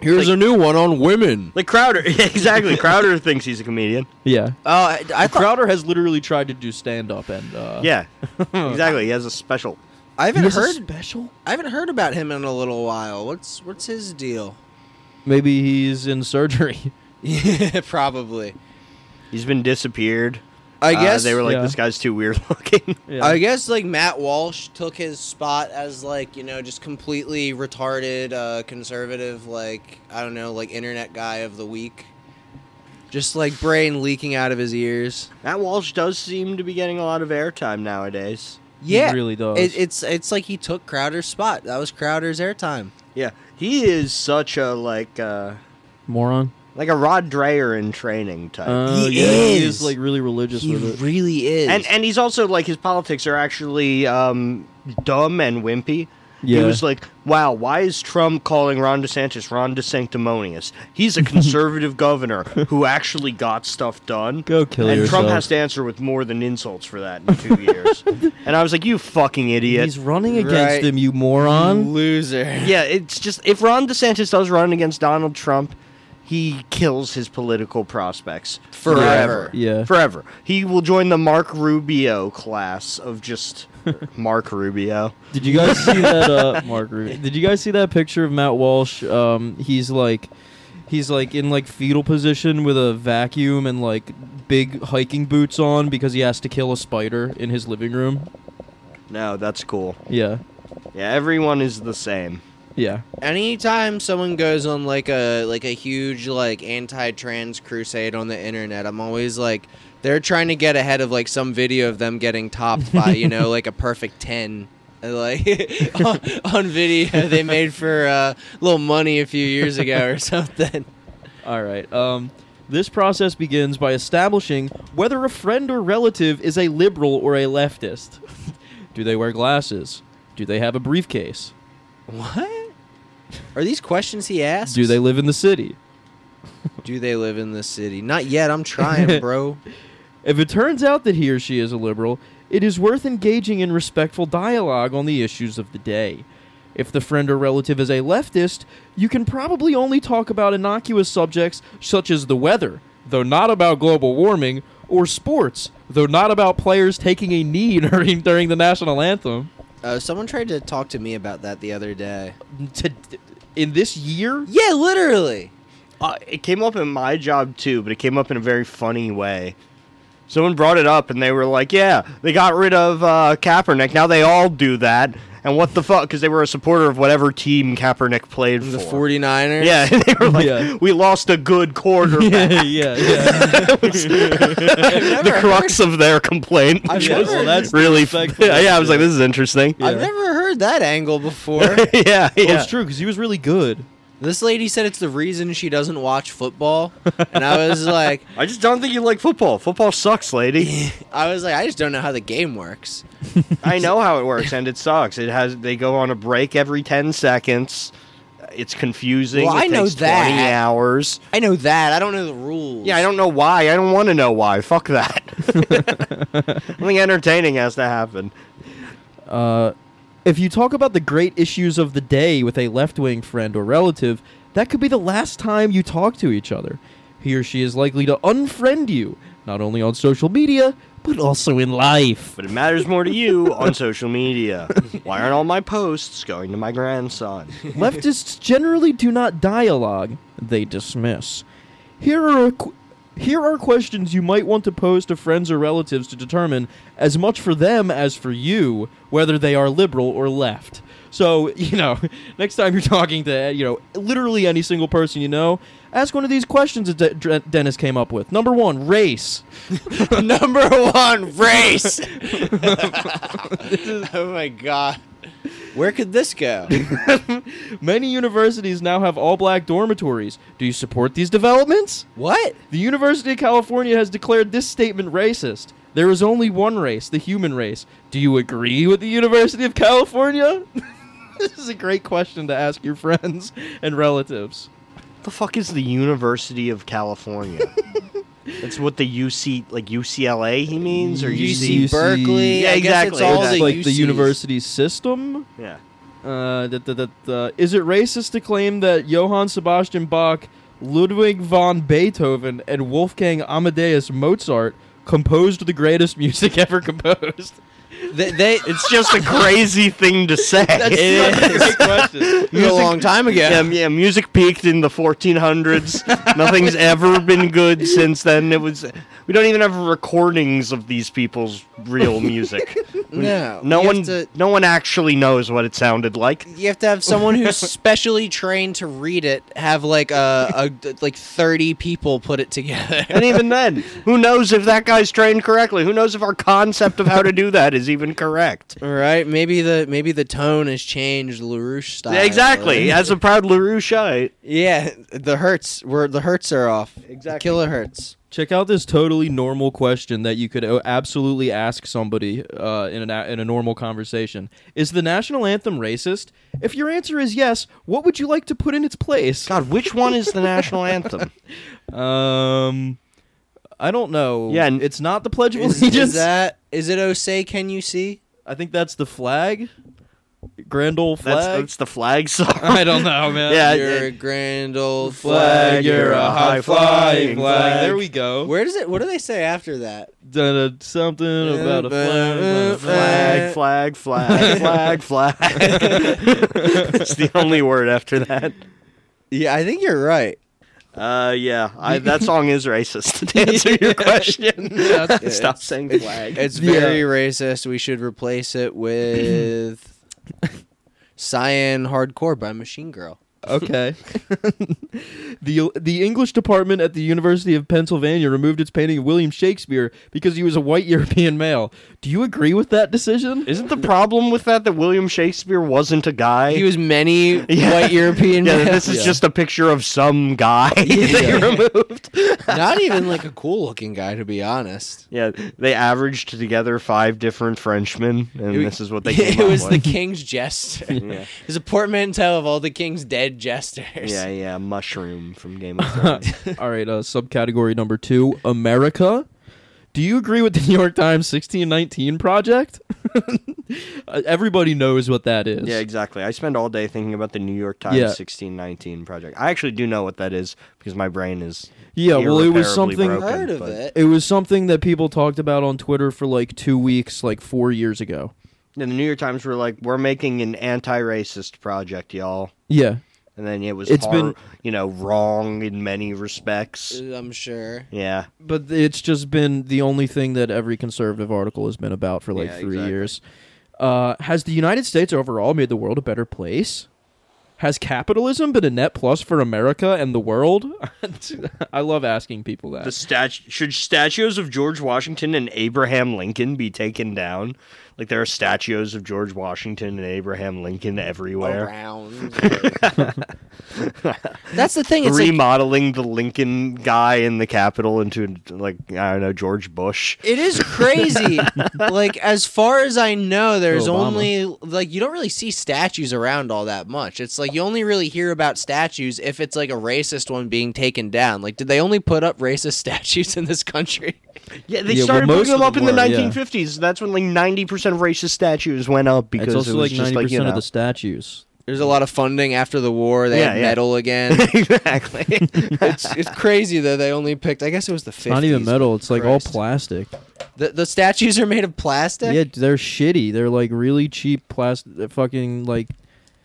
Here's Like- a new one on women. Like Crowder, Yeah, exactly. Crowder thinks he's a comedian. Yeah. Oh, I, I thought Crowder has literally tried to do stand up and uh Yeah, exactly. He has a special. I He haven't has a heard special? I haven't heard about him in a little while. What's what's his deal? Maybe he's in surgery. Yeah, probably. He's been disappeared. I Uh, guess they were like, Yeah. "This guy's too weird looking." Yeah. I guess like Matt Walsh took his spot as like you know just completely retarded uh, conservative like I don't know like internet guy of the week, just like brain leaking out of his ears. Matt Walsh does seem to be getting a lot of airtime nowadays. Yeah, He really does. It, it's it's like he took Crowder's spot. That was Crowder's airtime. Yeah, he is such a like uh Moron. like a Rod Dreher in training type. Uh, He yeah, He is. is like really religious He with it. really is. and and he's also like his politics are actually um dumb and wimpy. He Yeah. was like, "Wow, why is Trump calling Ron DeSantis Ron DeSanctimonious? He's a conservative governor who actually got stuff done." Go kill and yourself. Trump has to answer with more than insults for that in two years. And I was like, "You fucking idiot!" He's running against Right. him, you moron. loser. Yeah, it's just if Ron DeSantis does run against Donald Trump, he kills his political prospects Forever. Yeah. Forever. He will join the Mark Rubio class of just Mark Rubio. Did you guys see that uh Mark Ruby- Did you guys see that picture of Matt Walsh? Um he's like he's like in like fetal position with a vacuum and like big hiking boots on because he has to kill a spider in his living room. No, that's cool. Yeah. Yeah, everyone is the same. Yeah. Anytime someone goes on like a like a huge like anti-trans crusade on the internet, I'm always like they're trying to get ahead of like some video of them getting topped by you know like a perfect ten. And, Like on, on video they made for uh, a little money a few years ago or something. All right. Um, this process begins by establishing whether a friend or relative is a liberal or a leftist. Do they wear glasses? Do they have a briefcase? What are these questions he asked? Do they live in the city? do they live in this city? Not yet. I'm trying, bro. If it turns out that he or she is a liberal, it is worth engaging in respectful dialogue on the issues of the day. If the friend or relative is a leftist, you can probably only talk about innocuous subjects such as the weather, though not about global warming, or sports, though not about players taking a knee during during the national anthem. Uh, someone tried to talk to me about that the other day. To, in this year? Yeah, literally. Uh, it came up in my job too, but it came up in a very funny way. Someone brought it up, and they were like, "Yeah, they got rid of uh, Kaepernick. Now they all do that." And what the fuck? Because they were a supporter of whatever team Kaepernick played The for. 49ers. Yeah, they were like, Yeah. "We lost a good quarterback." yeah, yeah. the crux of their complaint. I've which never- was Well, that's really. disrespectful. Yeah, I was like, "This is interesting." I've Yeah. never heard that angle before. yeah, Well, yeah. it's true because he was really good. this lady said it's the reason she doesn't watch football, and I was like, I just don't think you like football. Football sucks, lady. I was like, I just don't know how the game works. I know how it works, and it sucks. It has they go on a break every ten seconds. It's confusing. Well, it I know takes that. Twenty hours. I know that. I don't know the rules. Yeah, I don't know why. I don't want to know why. Fuck that. I think entertaining has to happen. Uh, if you talk about the great issues of the day with a left wing friend or relative, that could be the last time you talk to each other. He or she is likely to unfriend you, not only on social media, but also in life. But it matters more to you on social media. Why aren't all my posts going to my grandson? Leftists generally do not dialogue, they dismiss. Here are a qu- here are questions you might want to pose to friends or relatives to determine, as much for them as for you, whether they are liberal or left. So you know, next time you're talking to you know literally any single person you know, ask one of these questions that De- Dre- Dennis came up with. Number one, race. Number one race. oh my god. Where could this go? Many universities now have all-black dormitories. Do you support these developments? What? The University of California has declared this statement racist. There is only one race, the human race. Do you agree with the University of California? this is a great question to ask your friends and relatives. the fuck is the University of California? That's what the UC, like UCLA, he means, or UC UC. Berkeley. Yeah, I guess it's exactly. all That's the like the UCs. university system. Yeah. Uh, da, da, da, da. Is it racist to claim that Johann Sebastian Bach, Ludwig von Beethoven, and Wolfgang Amadeus Mozart composed the greatest music ever composed? They, they It's just a crazy thing to say. That's a great question. a long time ago. Yeah, yeah, music peaked in the 1400s. Nothing's ever been good since then. It was we don't even have recordings of these people's real music. No, no you have one to- no one actually knows what it sounded like. You have to have someone who's specially trained to read it. Have like a, a like thirty people put it together. And even then, who knows if that guy's trained correctly? Who knows if our concept of how to do that is even correct? All right, maybe the maybe the tone has changed Larouche style. exactly. As a proud LaRoucheite. Yeah, the hurts. Where the hurts are off. Exactly. killer hurts. Check out this totally normal question that you could uh, absolutely ask somebody uh, in, an, a- in a normal conversation. Is the national anthem racist? If your answer is yes, what would you like to put in its place? God, which one is the national anthem? Um, I don't know. Yeah, and- it's not the Pledge of Is, Allegiance. is that is it? Oh, say can you see? I think that's the flag. Grand old That's, flag. that's the flag song. I don't know, man. Yeah, You're it- a grand old Flag, flag. you're a high flag. flying flag. There we go. Where does it? What do they say after that? Dun- dun- Something about a flag. Flag, flag, flag, flag, flag. it's the only word after that. Yeah, I think you're right. Uh, yeah, I, that song is racist. To answer your question, it's- stop saying flag. It's Yeah. very racist. We should replace it with Cyan Hardcore by Machine Girl. Okay. the The English department at the University of Pennsylvania removed its painting of William Shakespeare because he was a white European male. Do you agree with that decision? Isn't the problem with that that William Shakespeare wasn't a guy? He was many Yeah. white European yeah, males. this is just a picture of some guy they removed. not even like a cool looking guy to be honest. Yeah, they averaged together five different Frenchmen, and It- this is what they came it up was the with. king's jester. yeah. It was a portmanteau of all the king's dead jesters. yeah, yeah, mushroom from Game of Thrones. All right, uh, subcategory number two, America. Do you agree with the New York Times 1619 project? Uh, Everybody knows what that is. Yeah, exactly. I spend all day thinking about the New York Times Yeah. 1619 project. I actually do know what that is because my brain is Yeah, well, it was irreparably something- broken, Heard of but- it. It was something that people talked about on Twitter for like two weeks, like four years ago. And the New York Times were like, "We're making an anti-racist project, y'all." Yeah. And then it was It's it's been- been you know wrong in many respects. I'm sure. Yeah, But it's just been the only thing that every conservative article has been about for like Yeah, three exactly. years. Uh, has the United States overall made the world a better place? Has capitalism been a net plus for America and the world? I love asking people that. the statu- should statues of George Washington and Abraham Lincoln be taken down? Like there are statues of George Washington and Abraham Lincoln everywhere. Around. That's the thing. It's like, Remodeling the Lincoln guy in the Capitol into like I don't know George Bush. It is crazy. like as far as I know, there's Obama. only like you don't really see statues around all that much. It's like you only really hear about statues if it's like a racist one being taken down. Like did they only put up racist statues in this country? Yeah, they Yeah, well, started most putting them of up in them the were, yeah. 1950s. That's when like 90% of racist statues went up because it's also it like was ninety just percent like you know. of the statues. There's a lot of funding after the war. They Yeah, had yeah. metal again. exactly. it's it's crazy though. They only picked. I guess it was the 50s. Not even metal. It's like all Christ. plastic. The, the statues are made of plastic. Yeah, they're shitty. They're like really cheap plastic, fucking like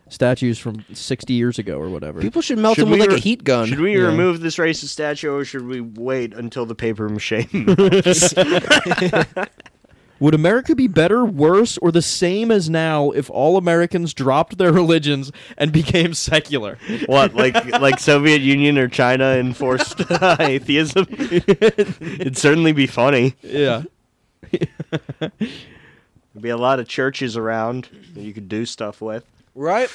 statues from sixty years ago or whatever. People should melt Should them with we like a re- heat gun. should we Yeah. remove this racist statue or should we wait until the paper mache? melts? Would America be better, worse, or the same as now if all Americans dropped their religions and became secular? What like like Soviet Union or China enforced uh, atheism? It'd certainly be funny. Yeah. There'd be a lot of churches around that you could do stuff with. Right?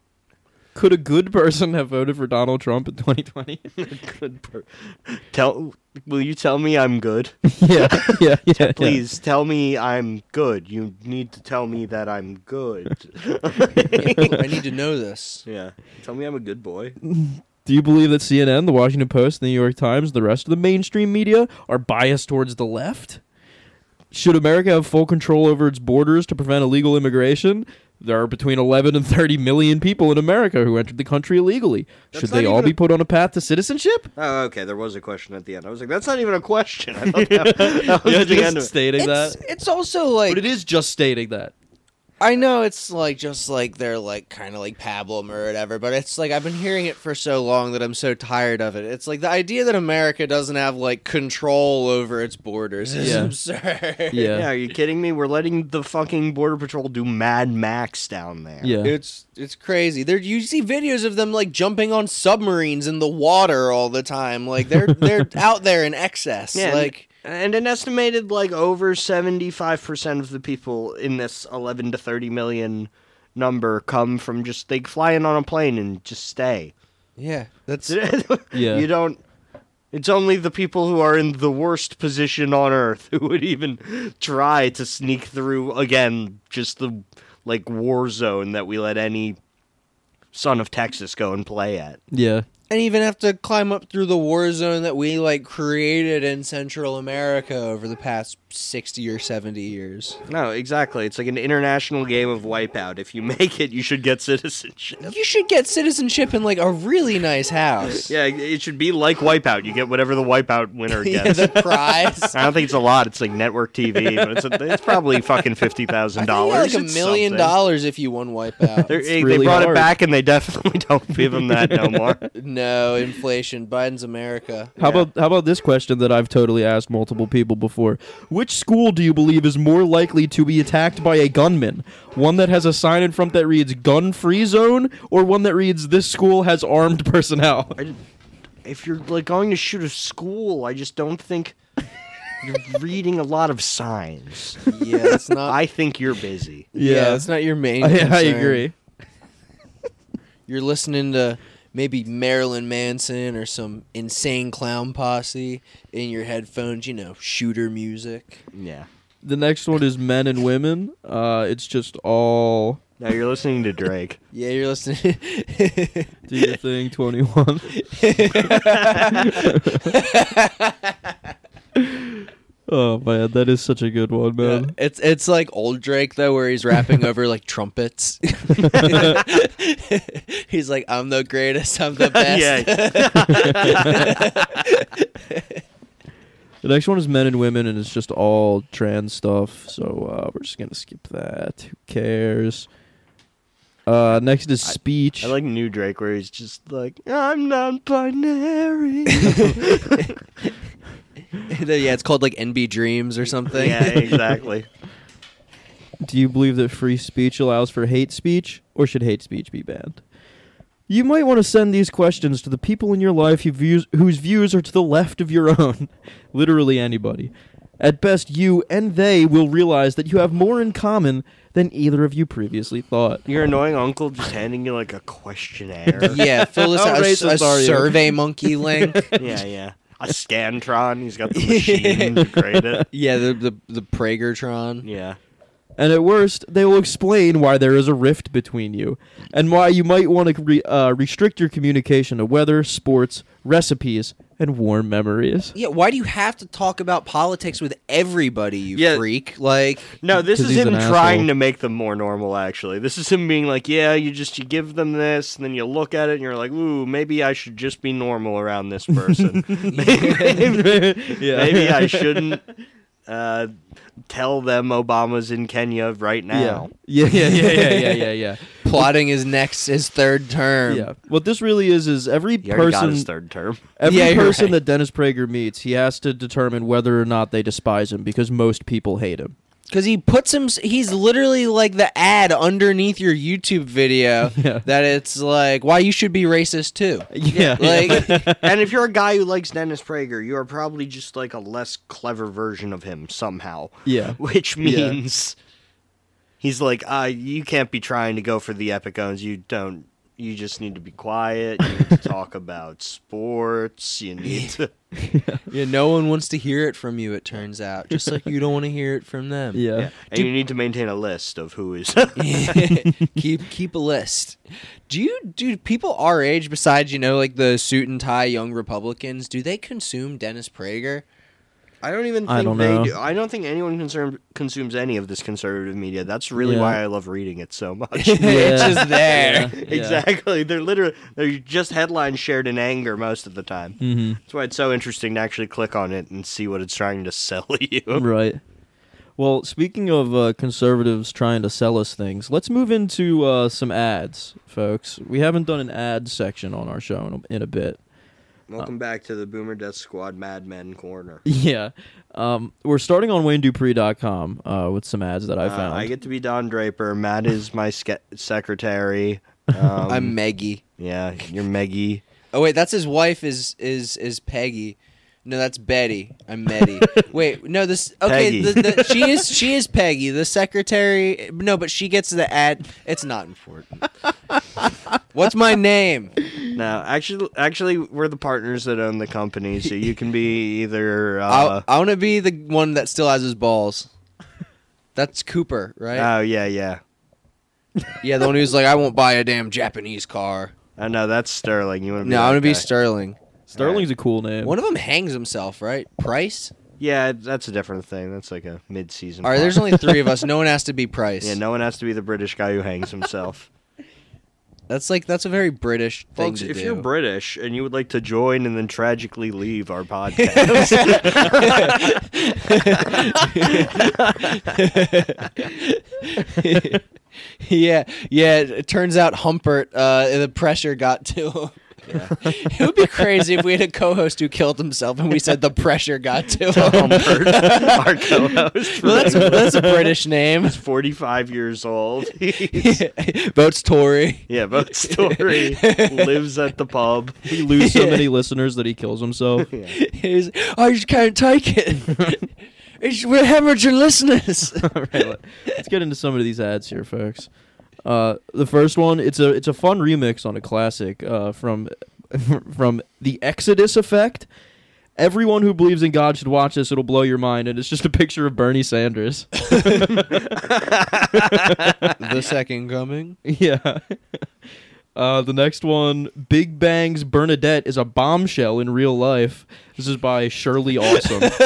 Could a good person have voted for Donald Trump in 2020? Good per- tell will you tell me I'm good? yeah, yeah, yeah. Please tell me I'm good. You need to tell me that I'm good. I need to know this. yeah. Tell me I'm a good boy. Do you believe that CNN, the Washington Post, the New York Times, the rest of the mainstream media are biased towards the left? Should America have full control over its borders to prevent illegal immigration? There are between 11 and 30 million people in America who entered the country illegally. That's Should not they all even be a- put on a path to citizenship? Oh, okay. There was a question at the end. I was like, that's not even a question. I thought that, that was Yeah, the end just of it. stating It's, that. it's also like But it is just stating that. I know it's like just like they're like kind of like pablum or whatever, but it's like I've been hearing it for so long that I'm so tired of it. It's like the idea that America doesn't have like control over its borders is Yeah. absurd. Yeah. Yeah, are you kidding me? We're letting the fucking border patrol do Mad Max down there. Yeah. It's it's crazy. There you see videos of them like jumping on submarines in the water all the time. Like they're they're out there in excess. Yeah, and- like And an estimated like over 75% of the people in this 11 to 30 million number come from just they fly in on a plane and just stay. yeah, that's Yeah. You don't it's only the people who are in the worst position on earth who would even try to sneak through again just the like war zone that we let any son of Texas go and play at. Yeah. and even have to climb up through the war zone that we like created in Central America over the past 60 or 70 years. No, exactly. It's like an international game of wipeout. If you make it, you should get citizenship. You should get citizenship in like a really nice house. Yeah, it should be like Wipeout. You get whatever the Wipeout winner Yeah, gets. the prize. I don't think it's a lot. It's like network TV, but it's, a, it's probably fucking fifty I thousand think you dollars. got, like a million dollars if you won Wipeout. They really brought hard. it back, and they definitely don't give them that no more. no, inflation. Biden's America. How about how about this question that I've totally asked multiple people before? Which school do you believe is more likely to be attacked by a gunman? One that has a sign in front that reads "gun free zone" or one that reads "this school has armed personnel"? I, if you're like going to shoot a school, I just don't think you're reading a lot of signs. Yeah, it's not. I think you're busy. yeah, it's not your main. I, I concern. agree. You're listening to maybe Marilyn Manson or some insane clown posse in your headphones. You know, shooter music. Yeah. The next one is men and women. Uh, it's just all Now you're listening to Drake. Yeah, you're listening. do your thing twenty one. oh man, that is such a good one, Yeah, man. it's it's like old Drake though, where he's rapping over like trumpets. he's like, "I'm the greatest, I'm the best." The next one is men and women, and it's just all trans stuff. So uh, we're just gonna skip that. Who cares? Uh, next is speech. I like new Drake where he's just like, I'm non-binary. yeah, it's called like NB Dreams or something. yeah, exactly. Do you believe that free speech allows for hate speech, or should hate speech be banned? You might want to send these questions to the people in your life who views, whose views are to the left of your own. Literally anybody. At best, you and they will realize that you have more in common than either of you previously thought. Your annoying uncle just handing you like a questionnaire. yeah. Fill this How out a, s- a racist are you? Survey Monkey link. yeah, yeah. A Scantron. He's got the machine to grade it. yeah, the the the Pragertron. Yeah. And at worst, they will explain why there is a rift between you and why you might want to re- uh, restrict your communication to weather, sports, recipes, and warm memories. Yeah, why do you have to talk about politics with everybody, you Yeah. freak? Like, No, this 'Cause is he's him an trying asshole. to make them more normal. Actually, this is him being like, "Yeah, you just you give them this, and then you look at it, and you're like, ooh, maybe I should just be normal around this person. yeah. Maybe I shouldn't uh, tell them Obama's in Kenya right now." Yeah, yeah, yeah, yeah, yeah, yeah, yeah. plotting his next his third term. Yeah. What this really is is every Um, He already got his person third term. every Yeah, you're person right. that Dennis Prager meets, he has to determine whether or not they despise him because most people hate him. Because he puts him, he's literally like the ad underneath your YouTube video Yeah. that it's like, why you should be racist too. Yeah. Like, and if you're a guy who likes Dennis Prager, you are probably just like a less clever version of him somehow. Yeah. Which Yeah. means he's like, uh, you can't be trying to go for the epicones. You don't. You just need to be quiet. You need to talk about sports. You need to. yeah, no one wants to hear it from you, it turns out. Just like you don't want to hear it from them. yeah. And you need to maintain a list of who is. keep keep a list. Do you do people our age besides you know like the suit and tie young Republicans? Do they consume Dennis Prager? I don't even think I don't they know. do. I don't think anyone concern, consumes any of this conservative media. That's really Yeah. why I love reading it so much. it's just there. Yeah. Exactly. They're literally they're just headlines shared in anger most of the time. Mm-hmm. Mhm. That's why it's so interesting to actually click on it and see what it's trying to sell you. Right. Well, speaking of uh, conservatives trying to sell us things, let's move into uh, some ads, folks. We haven't done an ad section on our show in a, in a bit. Welcome back to the Boomer Death Squad Mad Men corner. Yeah. Um, we're starting on WayneDupree.com uh, with some ads that I Uh, found. I get to be Don Draper. Matt is my sca- secretary. Um, I'm Meggie. yeah, you're Meggie. Oh wait, that's his wife is is is Peggy. No, that's Betty. I'm Betty. wait, no, this okay. Peggy. The, the, she is she is Peggy, the secretary. No, but she gets the ad. It's not important. What's my name? No, actually, actually, we're the partners that own the company, so you can be either. Uh, I, I want to be the one that still has his balls. That's Cooper, right? oh yeah, yeah. Yeah, the one who's like, I won't buy a damn Japanese car. I know that's Sterling. You want to be? No, that I'm gonna be guy. Sterling. Sterling's a cool name. One of them hangs himself, right? Price. Yeah, that's a different thing. That's like a mid-season. All right, there's pop. only three of us. No one has to be Price. Yeah, no one has to be the British guy who hangs himself. That's like that's a very British thing Folks, to if do. you're British and you would like to join and then tragically leave our podcast, yeah, yeah. It turns out Humpert, uh, the pressure got to him. it would be crazy if we had a co-host who killed himself and we said the pressure got to him. Humbert, our co-host, for well, that's that's a British name. 45 years old. Votes Tory. yeah, but story lives at the pub. He lose so many listeners that he kills himself. Yeah. He's, I just can't take it. It's, we're hemorrhaging listeners. All right, let- let's get into some of these ads here, folks. Uh, the first one, it's a it's a fun remix on a classic uh, from from the Exodus Effect. Everyone who believes in God should watch this; it'll blow your mind. And it's just a picture of Bernie Sanders. the second coming. yeah. Uh, the next one, Big Bang's Bernadette is a bombshell in real life. This is by Shirley Awesome. That's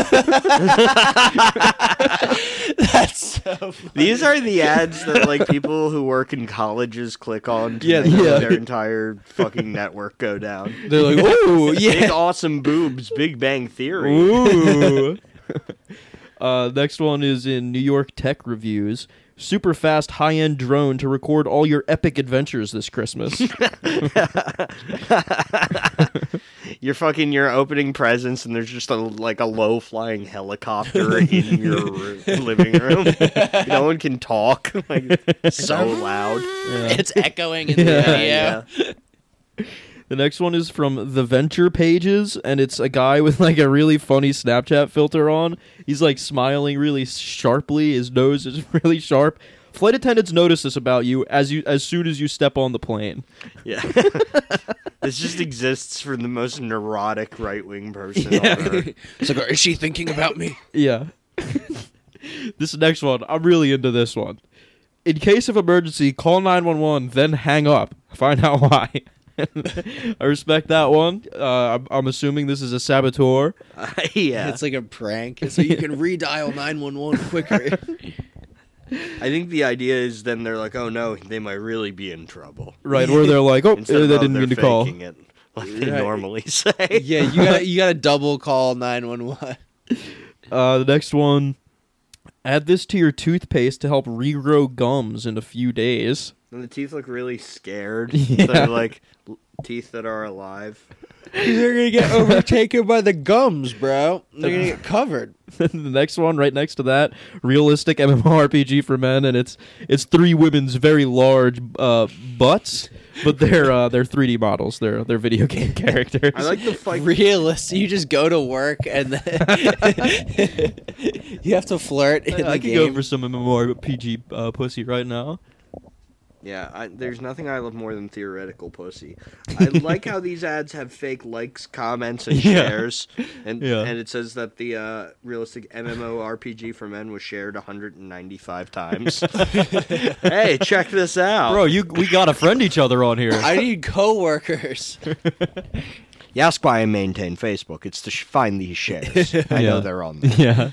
so These are the ads that like people who work in colleges click on to Yeah, make yeah. their entire fucking network go down. They're like, ooh, Big yeah. awesome boobs, Big Bang Theory. Ooh. uh, next one is in New York Tech Reviews. Super fast high end drone to record all your epic adventures this Christmas. You're fucking you're opening presents and there's just a like a low flying helicopter in your room, living room. No one can talk like so loud. Uh, It's echoing in the Uh, Yeah, video. the next one is from The Venture Pages, and it's a guy with like a really funny Snapchat filter on. He's like smiling really sharply. His nose is really sharp. Flight attendants notice this about you as you as soon as you step on the plane. yeah. this just exists for the most neurotic right wing person on earth. It's like, is she thinking about me? Yeah. this next one, I'm really into this one. In case of emergency, call 911, then hang up. Find out why. I respect that one. Uh, I'm, I'm assuming this is a saboteur. yeah. It's like a prank, so you can redial nine one one quicker. I think the idea is then they're like, oh no, they might really be in trouble. Right, or they're like, oh, Instead they of, "Oh, didn't they're mean to call. faking It, like they Right. normally say. yeah, you gotta you gotta double call nine one one. Uh, the next one, add this to your toothpaste to help regrow gums in a few days. And the teeth look really scared. Yeah. They're like l- teeth that are alive. They're gonna get overtaken by the gums, bro. They're gonna get covered. the next one, right next to that, realistic MMORPG for men, and it's it's three women's very large uh, butts, but they're uh, they're 3D models. They're they're video game characters. I like the fight. Realist, you just go to work and then you have to flirt in the I, could go game. for some MMORPG uh, pussy right now. Yeah, I, there's nothing I love more than theoretical pussy. I like how these ads have fake likes, comments, and Yeah. shares, and Yeah. and it says that the uh, realistic MMORPG for men was shared 195 times. hey, check this out, Bro, you we gotta friend each other on here. I need coworkers. You ask why I maintain Facebook. It's to sh- find these shares. I Yeah. know they're on there. yeah.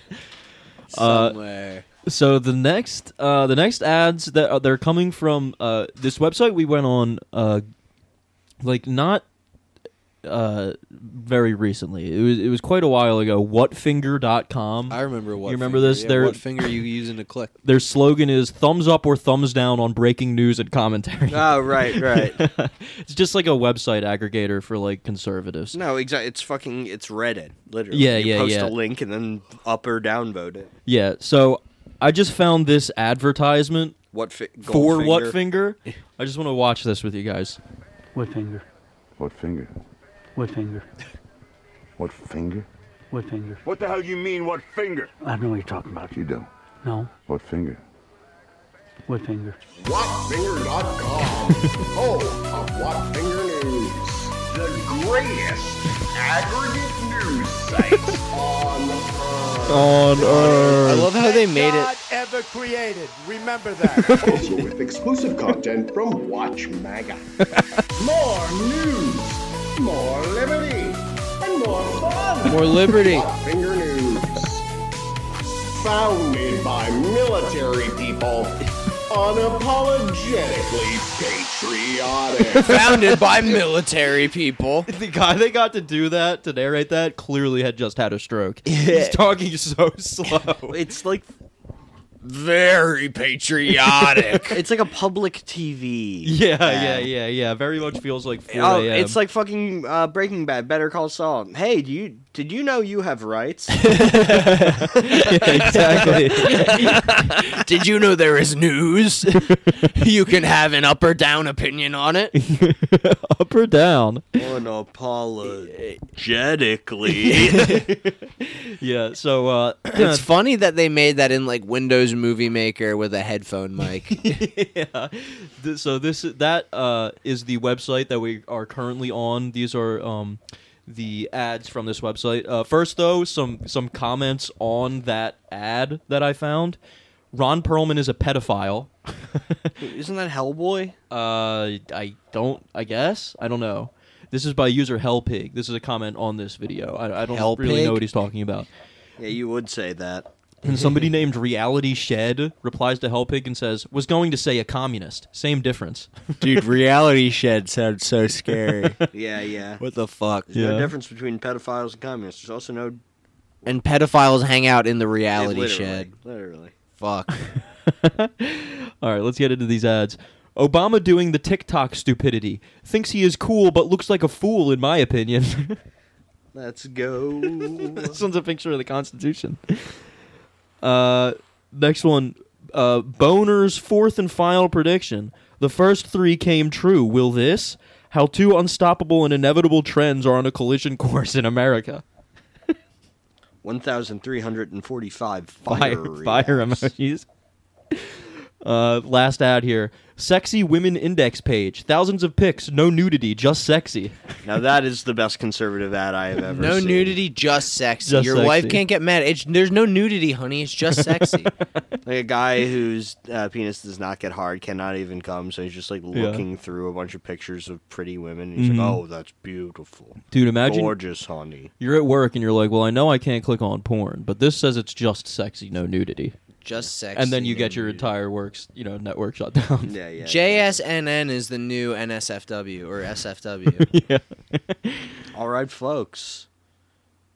Uh, Somewhere. So the next, uh, the next ads that uh, they're coming from uh, this website we went on, uh, like not uh, very recently. It was it was quite a while ago. Whatfinger.com. I remember what. You remember finger, this? yeah, They're- what finger you using to click? Their slogan is "thumbs up or thumbs down on breaking news and commentary." Oh, right, right. it's just like a website aggregator for like conservatives. No, exactly. It's fucking. It's Reddit, literally. Yeah, you yeah, Post yeah. a link and then up or downvote it. Yeah. So I just found this advertisement What fi- for Goldfinger. Whatfinger. I just want to watch this with you guys. What finger? What finger? What finger? What finger? What finger? What the hell you mean, what finger? I don't know what you're talking about. You don't. No. What finger? What finger? Whatfinger.com. home of Whatfinger News. The greatest aggregate news site on earth. On Earth. I love how they made it. God ever created. Remember that. Also with exclusive content from Watch MAGA. more news, more liberty, and more fun. More liberty. Finger News. Founded by military people. Unapologetically patriotic. Founded by military people. The guy they got to do that to narrate that clearly had just had a stroke. He's talking so slow. It's like Very patriotic. it's like a public TV. Yeah, yeah, yeah, yeah. Very much feels like 4 Oh, a.m. it's like fucking uh, Breaking Bad, Better Call Saul. Hey, do you did you know you have rights? Yeah, exactly. Did you know there is news? you can have an up or down opinion on it. Up or down. Unapologetically. Yeah. So uh, It's funny that they made that in like Windows Movie Maker with a headphone mic. yeah. Th- So this that uh, is the website that we are currently on. These are um, the ads from this website. Uh, first, though, some some comments on that ad that I found. Ron Perlman is a pedophile. Isn't that Hellboy? Uh, I don't. I guess I don't know. This is by user Hellpig. This is a comment on this video. I, I don't really Hellpig? know what he's talking about. Yeah, you would say that. And somebody named Reality Shed replies to Hellpig and says, "Was going to say a communist. Same difference." Dude, Reality Shed sounds so scary. Yeah, yeah. what the fuck? There's Yeah. no difference between pedophiles and communists. There's also no And pedophiles hang out in the Reality literally, Shed. Literally. Fuck. All right, let's get into these ads. Obama doing the TikTok stupidity. Thinks he is cool, but looks like a fool, in my opinion. Let's go. this one's a picture of the Constitution. Uh, next one. Uh, Boner's fourth and final prediction. The first three came true. Will this? How two unstoppable and inevitable trends are on a collision course in America. 1,345 fire. Fire, fire emojis. Uh, last ad here. Sexy women index page. Thousands of pics. No nudity. Just sexy. Now that is the best conservative ad I have ever No seen. nudity, just sexy. Just Your wife sexy. can't get mad. It's, there's no nudity, honey. It's just sexy. Like a guy whose uh, penis does not get hard cannot even come, so he's just like looking through a bunch of pictures of pretty women. And he's like, "Oh, that's beautiful, Dude, Mm-hmm. imagine gorgeous, honey." You're at work and you're like, well, I know I can't click on porn, but this says it's just sexy, no nudity. just sexy. And then you get your entire works, you know, network shut down. Yeah, yeah. JSNN is the new NSFW or SFW. All right, folks.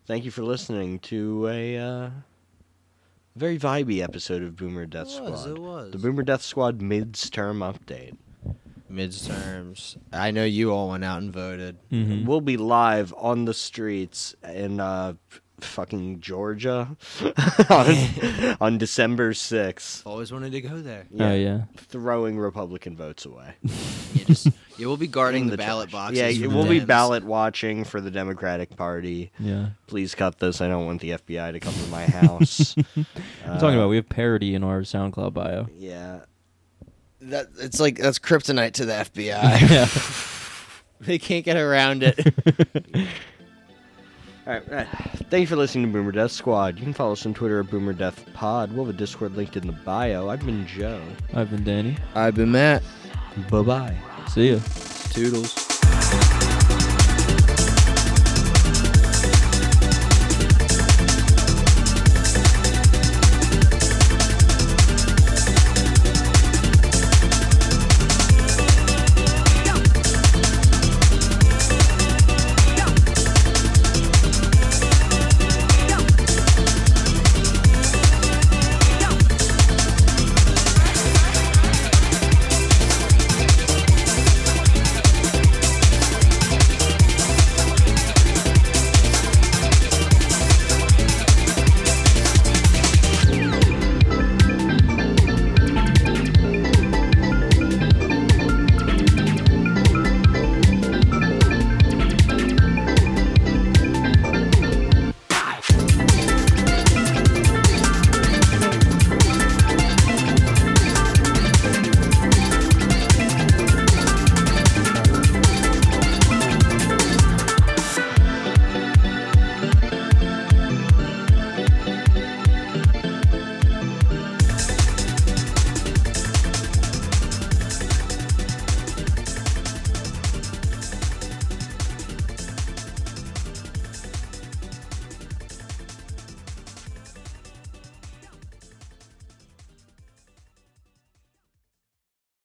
Thank you for listening to a uh, very vibey episode of Boomer Death It was, Squad. it was. The Boomer Death Squad midterm update. midterms. I know you all went out and voted. Mm-hmm. We'll be live on the streets in uh, f- fucking Georgia on, on December 6th, Always wanted to go there. Oh yeah. throwing Republican votes away. Yeah, just, yeah we'll be guarding In the, ballot trash. boxes. Yeah, for it will be Dems. ballot watching for the Democratic Party. Yeah. Please cut this. I don't want the FBI to come to my house. I'm talking about we have parody in our SoundCloud bio. yeah. That, it's like that's kryptonite to the FBI. Yeah. they can't get around it. All right, right. Thank you for listening to Boomer Death Squad. You can follow us on Twitter at Boomer Death Pod. We'll have a Discord linked in the bio. I've been Joe. I've been Danny. I've been Matt. Bye bye. See ya. Toodles.